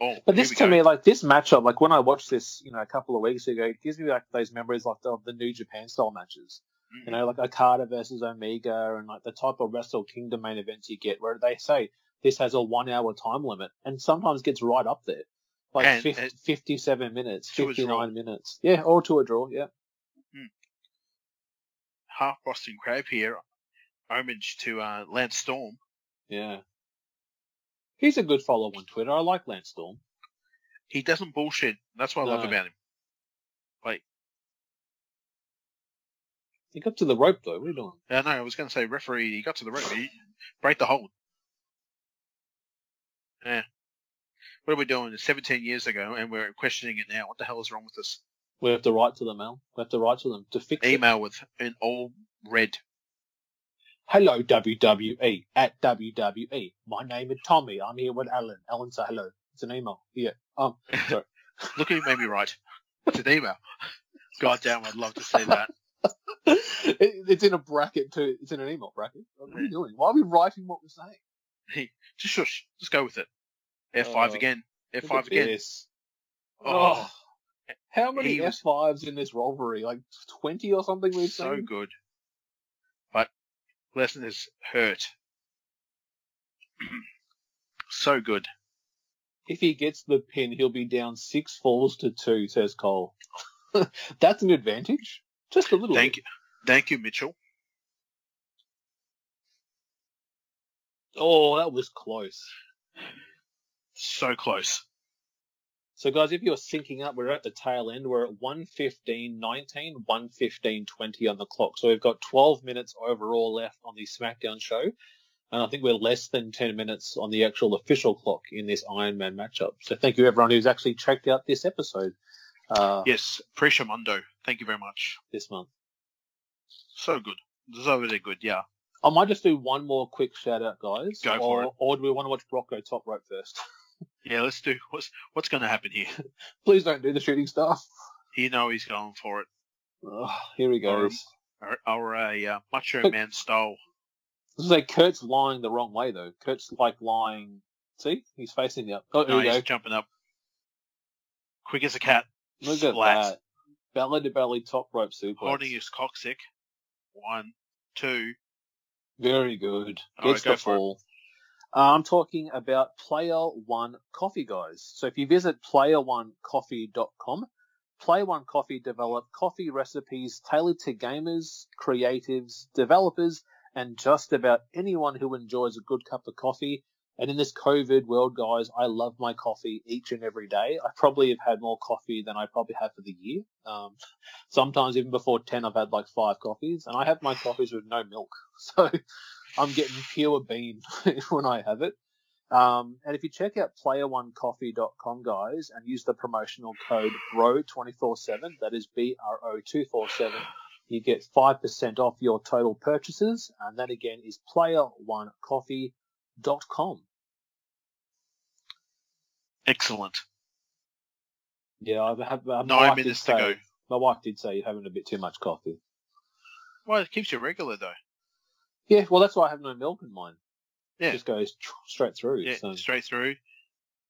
D: oh,
C: But
D: here
C: this
D: we
C: to
D: go.
C: me, like this matchup, like when I watched this, you know, a couple of weeks ago, it gives me like those memories like of the New Japan style matches.
D: Mm-hmm.
C: You know, like Okada versus Omega and like the type of Wrestle Kingdom main events you get where they say this has a one hour time limit and sometimes gets right up there. Like
D: And
C: 50,
D: it-
C: 57 minutes,
D: to a draw.
C: 59 minutes. Yeah, or to a draw, yeah.
D: half Boston Crab here, homage to uh, Lance Storm.
C: Yeah. He's a good follow on Twitter. I like Lance Storm.
D: He doesn't bullshit. That's what I love
C: No.
D: about him.
C: He got to the rope though. What are you doing?
D: Uh, no, I was going to say referee. He got to the rope. He break the hold. Yeah. What are we doing? 17 years ago, and we're questioning it now. What the hell is wrong with us?
C: We have to write to them, Al. We have to write to them to fix it.
D: Email with an all red.
C: Hello, WWE at WWE. My name is Tommy. I'm here with Alan. Alan, say hello. It's an email. Yeah. *laughs* Um. Sorry.
D: Look who made me right. It's an email. God damn, I'd love to see that.
C: it, it's in a bracket too. It's in an email bracket. What
D: Mm.
C: are we doing? Why are we writing what we're saying?
D: Just shush. Just go with it. F5
C: Oh,
D: again.
C: Look
D: F5
C: at
D: again.
C: this.
D: Oh,
C: Oh. How many
D: He was-
C: F5s in this rivalry? Like 20 or something we've
D: so
C: seen?
D: good. But Lesnar's hurt. *clears throat* so good.
C: If he gets the pin, he'll be down six falls to two, says Cole. *laughs* That's an advantage. Just a little.
D: Thank
C: bit.
D: you, thank you, Mitchell.
C: Oh, that was close.
D: So close.
C: So, guys, if you're syncing up, we're at the tail end. We're at 115.19, 115.20 on the clock. So, we've got 12 minutes overall left on the SmackDown show. and I think we're less than 10 minutes on the actual official clock in this Iron Man matchup. So thank you everyone who's actually checked out this episode uh,
D: Yes, Pressure Mondo. Thank you very much.
C: this month.
D: So good. Deservedly good, yeah.
C: I might just do one more quick shout out, guys.
D: Go
C: or,
D: for it.
C: or do we want to watch Rocco top rope first? *laughs*
D: Yeah, let's do what's what's gonna happen here.
C: Please don't do the shooting star.
D: You know he's going for it.
C: Ugh, here he
D: Or-
C: goes.
D: Or, or a uh, Macho
C: But-
D: Man style.
C: This is like Kurt's lying the wrong way though. Kurt's like lying. See, he's facing the up. Oh, here
D: No,
C: we
D: he's
C: go.
D: jumping up. Quick as a cat.
C: Look at
D: Splat.
C: that. Belly to belly top rope suplex.
D: Holding his coccyx. One, two.
C: Very good.
D: All
C: Gets
D: right,
C: the
D: go for it.
C: fall. Uh, I'm talking about Player One *laughs* Coffee, guys. So if you visit playeronecoffee.com, Player One Coffee develop coffee recipes tailored to gamers, creatives, developers, and just about anyone who enjoys a good cup of coffee. And in this COVID world, guys, I love my coffee each and every day. I probably have had more coffee than I probably have for the year. Um, *laughs* sometimes even before 10, I've had like five coffees, and I have my coffees with no milk. *laughs* So I'm getting pure bean when I have it. Um, and if you check out playeronecoffee.com, guys, and use the promotional code BRO247, that is B R O 247, you get 5% off your total purchases. And that again is playeronecoffee.com.
D: Excellent.
C: Yeah, I have. Uh, my
D: Nine
C: wife did
D: minutes to
C: say-
D: go.
C: My wife did say you're having a bit too much coffee.
D: Well, it keeps you regular though.
C: Yeah, well, that's why I have no milk in mine. It
D: Yeah.
C: just goes tr- straight through.
D: yeah,
C: so.
D: straight through.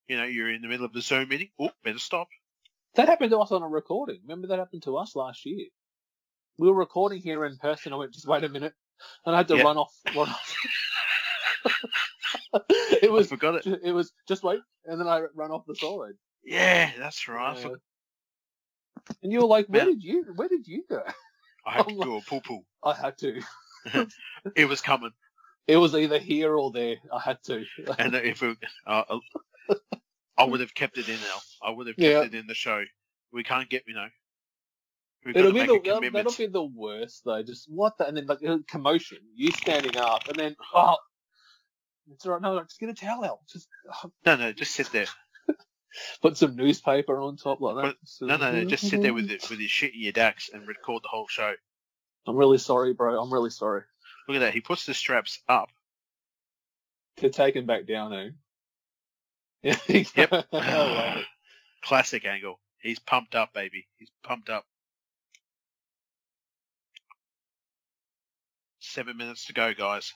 D: You know, you're in the middle of a Zoom meeting. Oh, better stop.
C: That happened to us on a recording. Remember that happened to us last year. We were recording here in person. I went, just wait a minute, and I had to
D: Yeah.
C: run off. Run off. *laughs* it was,
D: I forgot it.
C: it was just wait, and then I ran off the side.
D: Yeah, that's right. I,
C: Yeah.
D: forgot.
C: And you were like, where
D: Man.
C: did you, where did you go? *laughs*
D: I
C: Oh
D: had to do a poo poo.
C: I had to.
D: It was coming,
C: It was either here or there. I had to.
D: and if it, uh, I would have kept it in now. I would have kept
C: Yeah.
D: it in the show. We can't get you know. We've got
C: It'll
D: to
C: be
D: make
C: the
D: a
C: that'll,
D: commitment.
C: that'll be the worst though. Just what the and then like uh, commotion, you standing up, and then *laughs* oh, it's all right. No, no, just get a towel out. Just
D: No, no, just sit there.
C: put some newspaper on top like that.
D: No, no,
C: *laughs*
D: no, just sit there with it, with your shit in your dacks and record the whole show.
C: I'm really sorry, bro. I'm really sorry.
D: Look at that. He puts the straps up.
C: To take him back down, eh? *laughs* Yeah.
D: Yep. *sighs*
C: *laughs* I love it.
D: Classic angle. He's pumped up, baby. He's pumped up. Seven minutes to go, guys.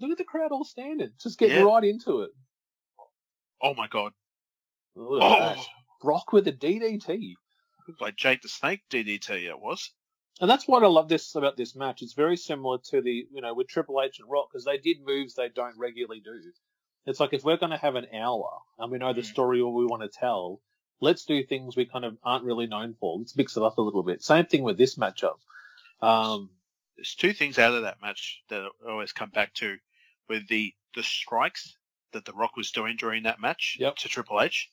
C: Look at the crowd all standing. Just getting
D: Yeah.
C: right into it.
D: Oh my god.
C: Look at
D: Oh,
C: that. Rock with a DDT.
D: like Jake the Snake DDT it was.
C: And that's what I love this about this match. It's very similar to the you know with Triple H and Rock because they did moves they don't regularly do. It's like if we're going to have an hour and we know the
D: Mhm.
C: story or we want to tell, let's do things we kind of aren't really known for. Let's mix it up a little bit. Same thing with this matchup. Um,
D: There's two things out of that match that I always come back to with the the strikes that The Rock was doing during that match
C: Yep.
D: to Triple H.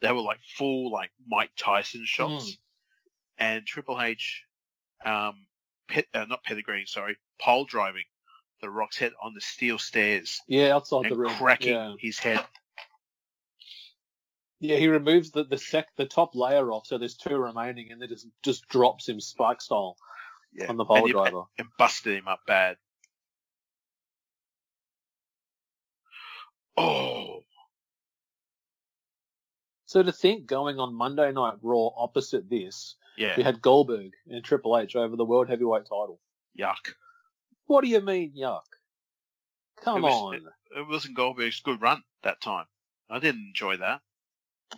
D: They were like full like Mike Tyson shots,
C: Mm.
D: and Triple H, um, pit, uh, not pedigreeing, sorry, pole driving The Rock's head on the steel stairs
C: yeah, outside the
D: and
C: ring,
D: cracking
C: Yeah.
D: his head.
C: yeah, he removes the the sec the top layer off, so there's two remaining, and then just just drops him spike style
D: Yeah.
C: on the
D: and,
C: pole
D: he-
C: driver.
D: and busted him up bad. Oh,
C: So to think going on Monday Night Raw opposite this,
D: yeah.
C: We had Goldberg and Triple H over the World Heavyweight title.
D: Yuck.
C: What do you mean, yuck? Come
D: It was-
C: on.
D: It wasn't Goldberg's good run that time. I didn't enjoy that.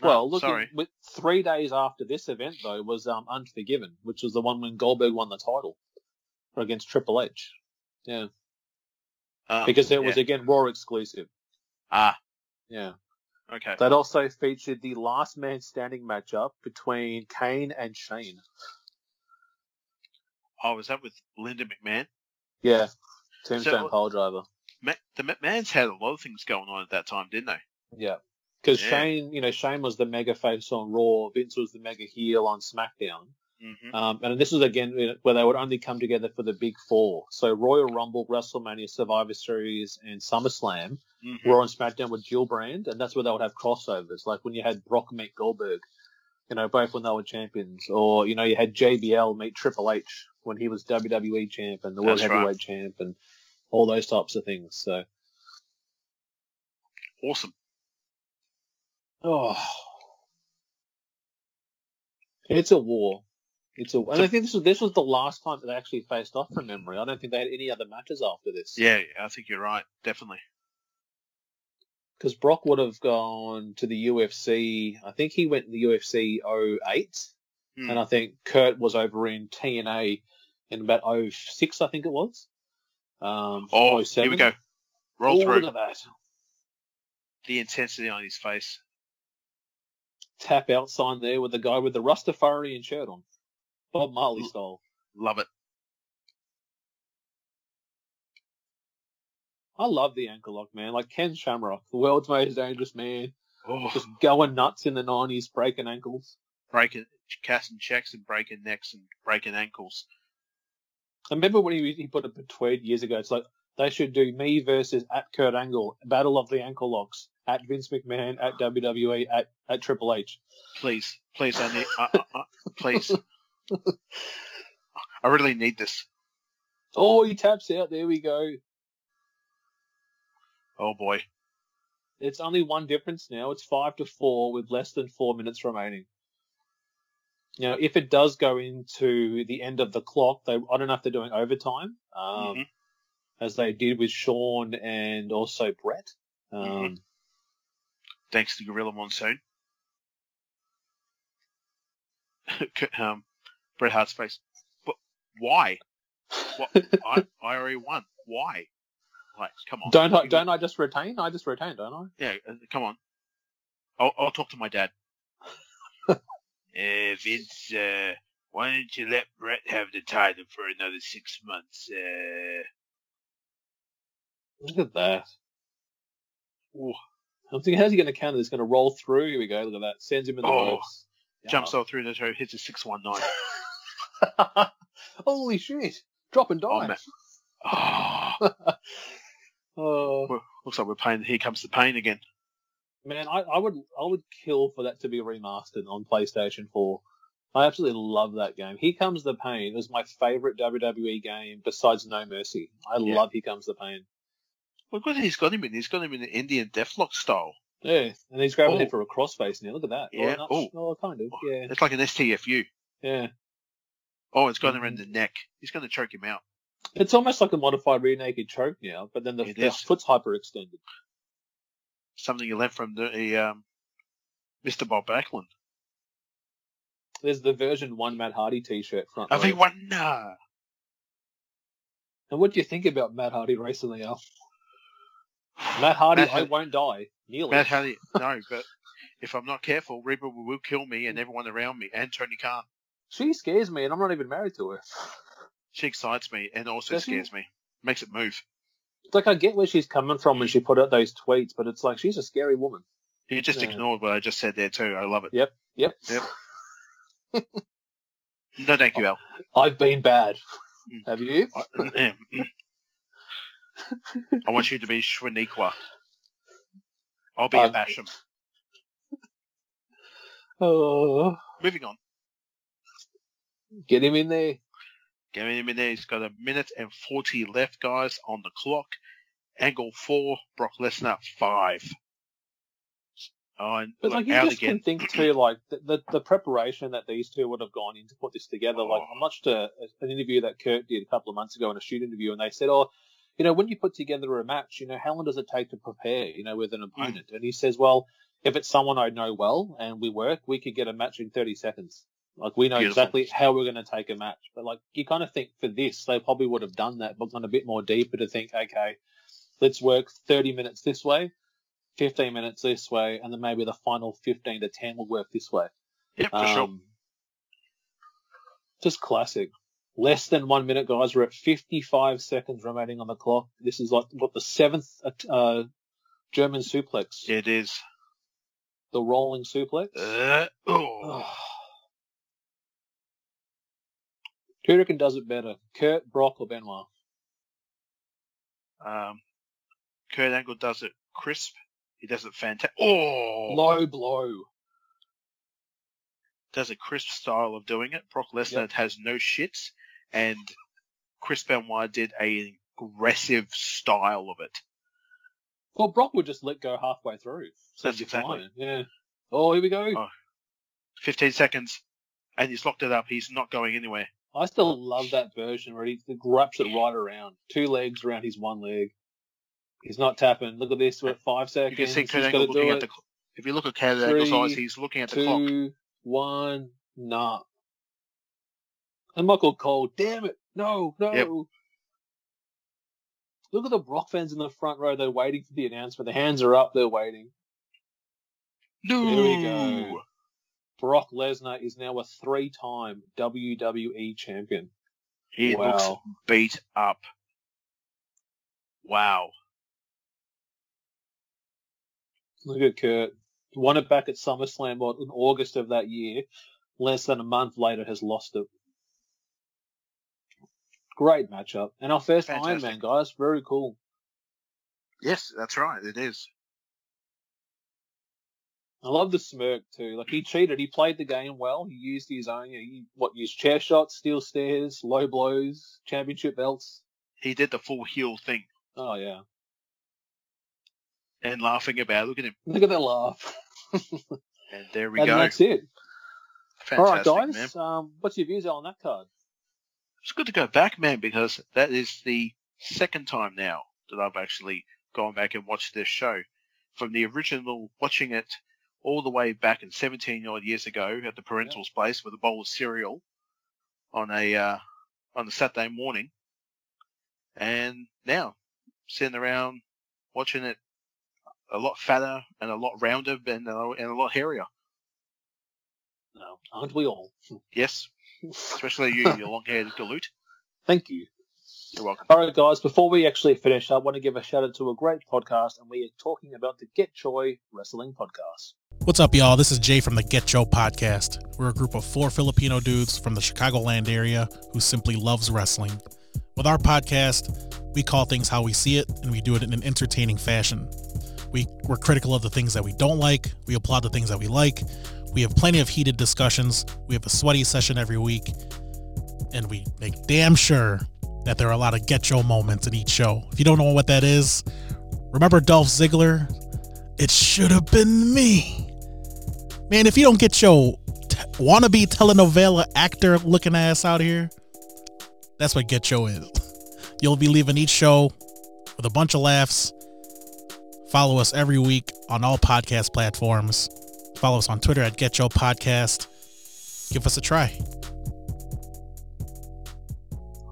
D: No,
C: well, look,
D: sorry.
C: with three days after this event, though, was um, Unforgiven, which was the one when Goldberg won the title against Triple H. Yeah.
D: Um,
C: Because it was,
D: yeah.
C: again, Raw exclusive.
D: Ah,
C: Yeah.
D: okay.
C: That also featured the last man standing matchup between Kane and Shane.
D: Oh, was that with Linda McMahon?
C: Yeah. Tombstone
D: So-
C: pole driver.
D: Ma- the McMahons had a lot of things going on at that time, didn't they?
C: Yeah. Because
D: Yeah.
C: Shane, you know, Shane was the mega face on Raw. Vince was the mega heel on SmackDown.
D: Mm-hmm.
C: Um, and this was again you know, where they would only come together for the big four. So Royal Rumble, WrestleMania, Survivor Series, and SummerSlam.
D: Mm-hmm.
C: Raw and SmackDown with dual brand, and that's where they would have crossovers, like when you had Brock meet Goldberg, you know, both when they were champions, or you know, you had JBL meet Triple H when he was WWE champ and the World
D: That's right.
C: Heavyweight champ, and all those types of things. So,
D: Awesome.
C: oh, it's a war. It's a, and I think this was this was the last time that they actually faced off from memory. I don't think they had any other matches after this.
D: Yeah, I think you're right. Definitely.
C: because Brock would have gone to the UFC. I think he went to the UFC 08.
D: Hmm.
C: And I think Kurt was over in TNA in about 06, I think it was. Um,
D: Oh,
C: 07.
D: here we go. Roll
C: Oh,
D: through
C: Look at that.
D: the intensity on his face.
C: Tap out sign there with the guy with the Rastafarian shirt on. Bob
D: Hmm.
C: Marley style.
D: Love it.
C: I love the ankle lock, man. Like Ken Shamrock, the world's most dangerous man.
D: Oh, *sighs*
C: Just going nuts in the 90s, breaking ankles.
D: breaking, casting checks and breaking necks and breaking ankles.
C: I remember when he, he put up a tweet years ago. It's like they should do me versus at Kurt Angle, battle of the ankle locks at Vince McMahon, at WWE, at at Triple H.
D: Please, please, I need, I, I, I,
C: *laughs*
D: please. I really need this.
C: Oh, he taps out. There we go.
D: Oh boy.
C: It's only one difference now. It's five to four with less than four minutes remaining. Now, if it does go into the end of the clock, they I don't know if they're doing overtime, um,
D: Mhm.
C: as they did with Sean and also Brett. Um,
D: Mhm. Thanks to Gorilla Monsoon. *laughs* um, Bret Hart's face. But why? What? I, I already won. Why? Like, come on.
C: Don't I, don't I just retain? I just retain, don't I?
D: Yeah, uh, come on. I'll, I'll talk to
C: *laughs*
D: my dad. uh, Vince, uh, why don't you let Brett have the title for another six months? Uh,
C: Look at that.
D: ooh,
C: I'm thinking, how's he going to counter this? Going to roll through? Here we go. Look at that. Sends him in the
D: Oh,
C: ropes. *laughs*
D: Jumps all through the toe, hits a 619.
C: up. Holy shit! Drop and
D: Oh,
C: die.
D: Oh,
C: Ah. *laughs* Oh,
D: looks like we're playing Here Comes the Pain again.
C: man, I, I would I would kill for that to be remastered on PlayStation 4. I absolutely love that game. Here Comes the Pain is my favorite WWE game besides No Mercy. I
D: Yeah.
C: love Here Comes the Pain.
D: Look what he's got him in. He's got him in the Indian Deathlock style.
C: Yeah, and he's grabbing
D: Oh.
C: it for a crossface now. Look at that.
D: Yeah,
C: Oh,
D: oh.
C: no, oh, kind of. Yeah,
D: It's like an STFU.
C: yeah.
D: Oh, it's going around the
C: Mm-hmm.
D: neck. He's going to choke him out.
C: It's almost like a modified rear naked choke now, but then the,
D: It
C: the
D: is.
C: foot's hyper extended.
D: Something he left from the, the um, Mr. Bob Backlund.
C: There's the version one Matt Hardy T-shirt front. row.
D: Everyone,
C: Oh.
D: nah.
C: And what do you think about Matt Hardy recently,
D: *sighs*
C: Al? Matt Hardy,
D: Matt
C: I
D: Hardy-
C: won't die. Nearly.
D: Matt Hardy, no, but if I'm not careful, Reba will, will kill me and everyone around me, and Tony Khan.
C: She scares me, and I'm not even married to her.
D: She excites me and also
C: Doesn't-
D: scares me, makes it move.
C: It's like I get where she's coming from when she put out those tweets, but it's like she's a scary woman.
D: You just
C: Yeah.
D: ignored what I just said there too. I love it.
C: Yep.
D: Yep. No, thank
C: Oh.
D: you, Al.
C: I've been bad.
D: Mm.
C: Have you?
D: I, mm.
C: *laughs*
D: I want you to be Schwaniqua. I'll be
C: Um,
D: a Basham.
C: Oh,
D: Moving on.
C: get him in there.
D: Gary Jimenez has got a minute and 40 left, guys, on the clock. Angle 4, Brock Lesnar 5. Oh, and
C: But
D: look,
C: like you
D: out
C: just
D: again.
C: can think too, like the, the the preparation that these two would have gone in to put this together. Like
D: Oh.
C: I watched a, an interview that Kurt did a couple of months ago in a shoot interview, and they said, "Oh, you know, when you put together a match, you know, how long does it take to prepare, you know,
D: Mm.
C: with an opponent?" And he says, "Well, if it's someone I know well and we work, we could get a match in 30 seconds. Like we know
D: Beautiful.
C: exactly how we're going to take a match." But like you kind of think for this, they probably would have done that, but gone a bit more deeper to think, okay, let's work 30 minutes this way. 15 minutes this way, and then maybe the final 15 to 10 will work this way.
D: Yeah, for sure.
C: Um, Just classic. Less than one minute, guys. We're at 55 seconds remaining on the clock. This is like, what, the seventh uh, German suplex?
D: It is.
C: The rolling suplex?
D: Uh, oh.
C: Ugh. Who do you reckon does it better, Kurt, Brock, or Benoit?
D: Um, Kurt Angle does it crisp. He does it fantastic. Oh,
C: Low blow.
D: does a crisp style of doing it. Brock Lesnar
C: Yep.
D: has no shits, and Chris Benoit did a aggressive style of it.
C: Well, Brock would just let go halfway through. So
D: That's
C: you're
D: exactly-
C: fine. Yeah. Oh, here we go.
D: Oh. 15 seconds, and he's locked it up. He's not going anywhere.
C: I still love that version where he wraps it right around. Two legs around his one leg. He's not tapping. Look at this. We're at five
D: you
C: seconds.
D: can see
C: He's
D: Kurt
C: got
D: Angle
C: to do
D: looking at
C: it.
D: the. cl- If you look at Kurt Angle's eyes,
C: Three,
D: he's looking at the clock.
C: Two, one, nah. And Michael Cole, damn it. No, no.
D: Yep.
C: Look at the Brock fans in the front row. They're waiting for the announcement. The hands are up. They're waiting.
D: No.
C: There we go. Brock Lesnar is now a three-time WWE champion.
D: He looks
C: wow.
D: beat up. Wow.
C: Look at Kurt. Won it back at SummerSlam or- in August of that year. Less than a month later, has lost it. Great matchup. And our first Iron Man,
D: Fantastic.
C: guys. Very cool.
D: Yes, that's right. It is.
C: I love the smirk too. Like he cheated. He played the game well. He used his own. He what used chair shots, steel stairs, low blows, championship belts.
D: He did the full heel thing
C: Oh yeah.
D: and laughing about. it. Look at him.
C: Look at that laugh.
D: And there
C: *laughs*
D: we
C: and
D: go.
C: that's it.
D: Fantastic,
C: All right,
D: man.
C: guys. Um, what's your views on that card?
D: it's good to go back, man, because that is the second time now that I've actually gone back and watched this show. From the original, watching it all the way back in 17 odd years ago at the parental's place with a bowl of cereal on a, uh, on a Saturday morning. And now sitting around watching it a lot fatter and a lot rounder and a, and a lot hairier.
C: No, aren't we all? *laughs*
D: Yes, especially you, you long-haired galoot.
C: Thank you.
D: You're welcome.
C: All right, guys. Before we actually finish, I want to give a shout out to a great podcast, and we are talking about the Get Choi Wrestling Podcast.
H: What's up, y'all? This is Jay from the Get Joe podcast. We're a group of four Filipino dudes from the Chicagoland area who simply loves wrestling. With our podcast, we call things how we see it, and we do it in an entertaining fashion. We, we're critical of the things that we don't like, we applaud the things that we like, we have plenty of heated discussions, we have a sweaty session every week, and we make damn sure that there are a lot of Get Joe moments in each show. If you don't know what that is, remember Dolph Ziggler? It should have been me. Man, if you don't get your t- wannabe telenovela actor looking ass out here, that's what Get Show is. *laughs* You'll be leaving each show with a bunch of laughs. Follow us every week on all podcast platforms. Follow us on Twitter at Get Show Podcast. Give us a try.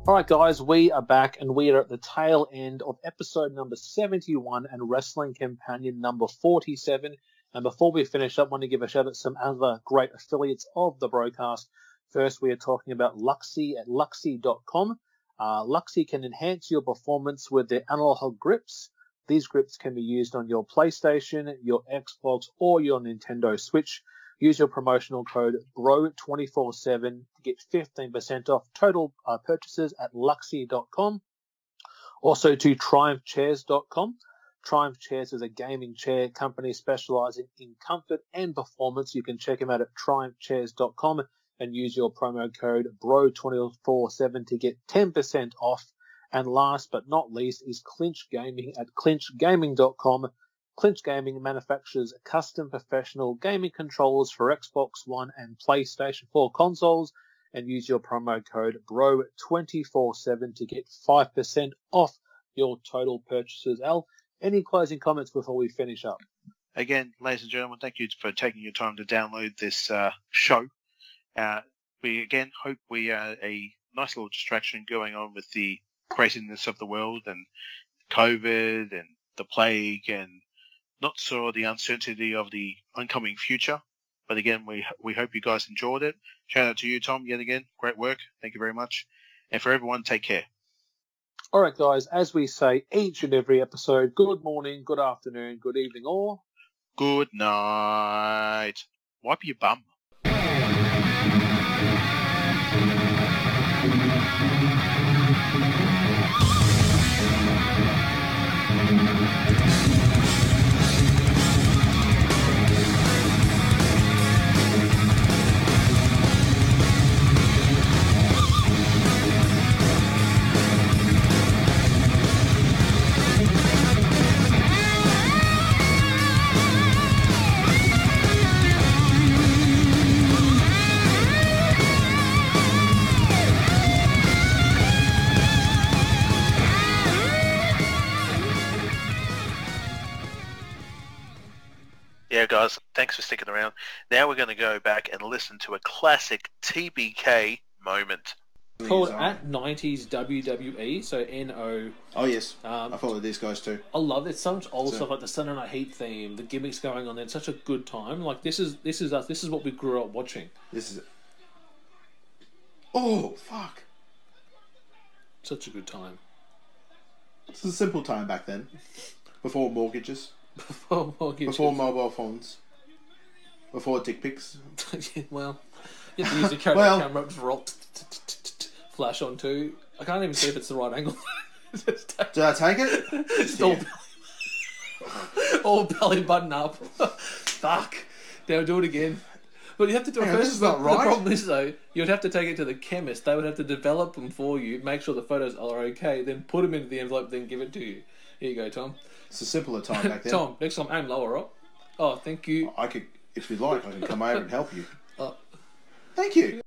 C: All right, guys, we are back, and we are at the tail end of episode number 71 and Wrestling Companion number 47. And before we finish up, I want to give a shout out to some other great affiliates of the broadcast. First, we are talking about Luxy at luxy.com. Uh, Luxy can enhance your performance with their analog grips. These grips can be used on your PlayStation, your Xbox, or your Nintendo Switch. Use your promotional code BRO247 to get 15% off total uh, purchases at luxy.com. Also to triumphchairs.com. Triumph Chairs is a gaming chair company specializing in comfort and performance. You can check them out at triumphchairs.com and use your promo code BRO247 to get 10% off. And last but not least is Clinch Gaming at clinchgaming.com. Clinch Gaming manufactures custom professional gaming controllers for Xbox One and PlayStation 4 consoles and use your promo code BRO247 to get 5% off your total purchases. Al, any closing comments before we finish up?
D: again, ladies and gentlemen, thank you for taking your time to download this uh, show. Uh, we again hope we are a nice little distraction going on with the craziness of the world and COVID and the plague and not so the uncertainty of the oncoming future. But again, we we hope you guys enjoyed it. Shout out to you, Tom, yet again. Great work. Thank you very much. And for everyone, take care.
C: All right, guys, as we say each and every episode, good morning, good afternoon, good evening, or
D: Good night. Wipe your bum. guys. Thanks for sticking around. Now we're going to go back and listen to a classic TBK moment.
E: Called at nineties WWE, so N O.
G: Oh yes,
E: Um,
G: I follow these guys too.
E: I love it. So much old
G: So-
E: stuff like the Sunday Night Heat theme, the gimmicks going on. there. It's such a good time. Like this is this is us. This is what we grew up watching.
G: This is. Oh fuck!
E: Such a good time.
G: It's a simple time back then, before mortgages,
E: *laughs* Before mortgages.
G: before mobile phones, before dick pics.
E: Yeah, *laughs* well, you have to use the camera,
G: Well-
E: camera to roll, t- t- t- t- t- t- flash on too. I can't even see if it's the right angle. *laughs* Just take-
G: Did I take it?
E: *laughs* just all, *laughs* all belly button up. *laughs* Fuck. Now do it again. But you have to do it
G: Hang on,
E: first.
G: this is not
E: The
G: right.
E: problem is though, you'd have to take it to the chemist. They would have to develop them for you, make sure the photos are okay, then put them into the envelope, then give it to you. Here you go, Tom.
G: It's a simpler time back
E: *laughs*
G: then.
E: Tom, next time aim lower up. Oh, thank you.
G: I could, if you'd like, I can come over and help you.
E: Oh.
G: Thank you.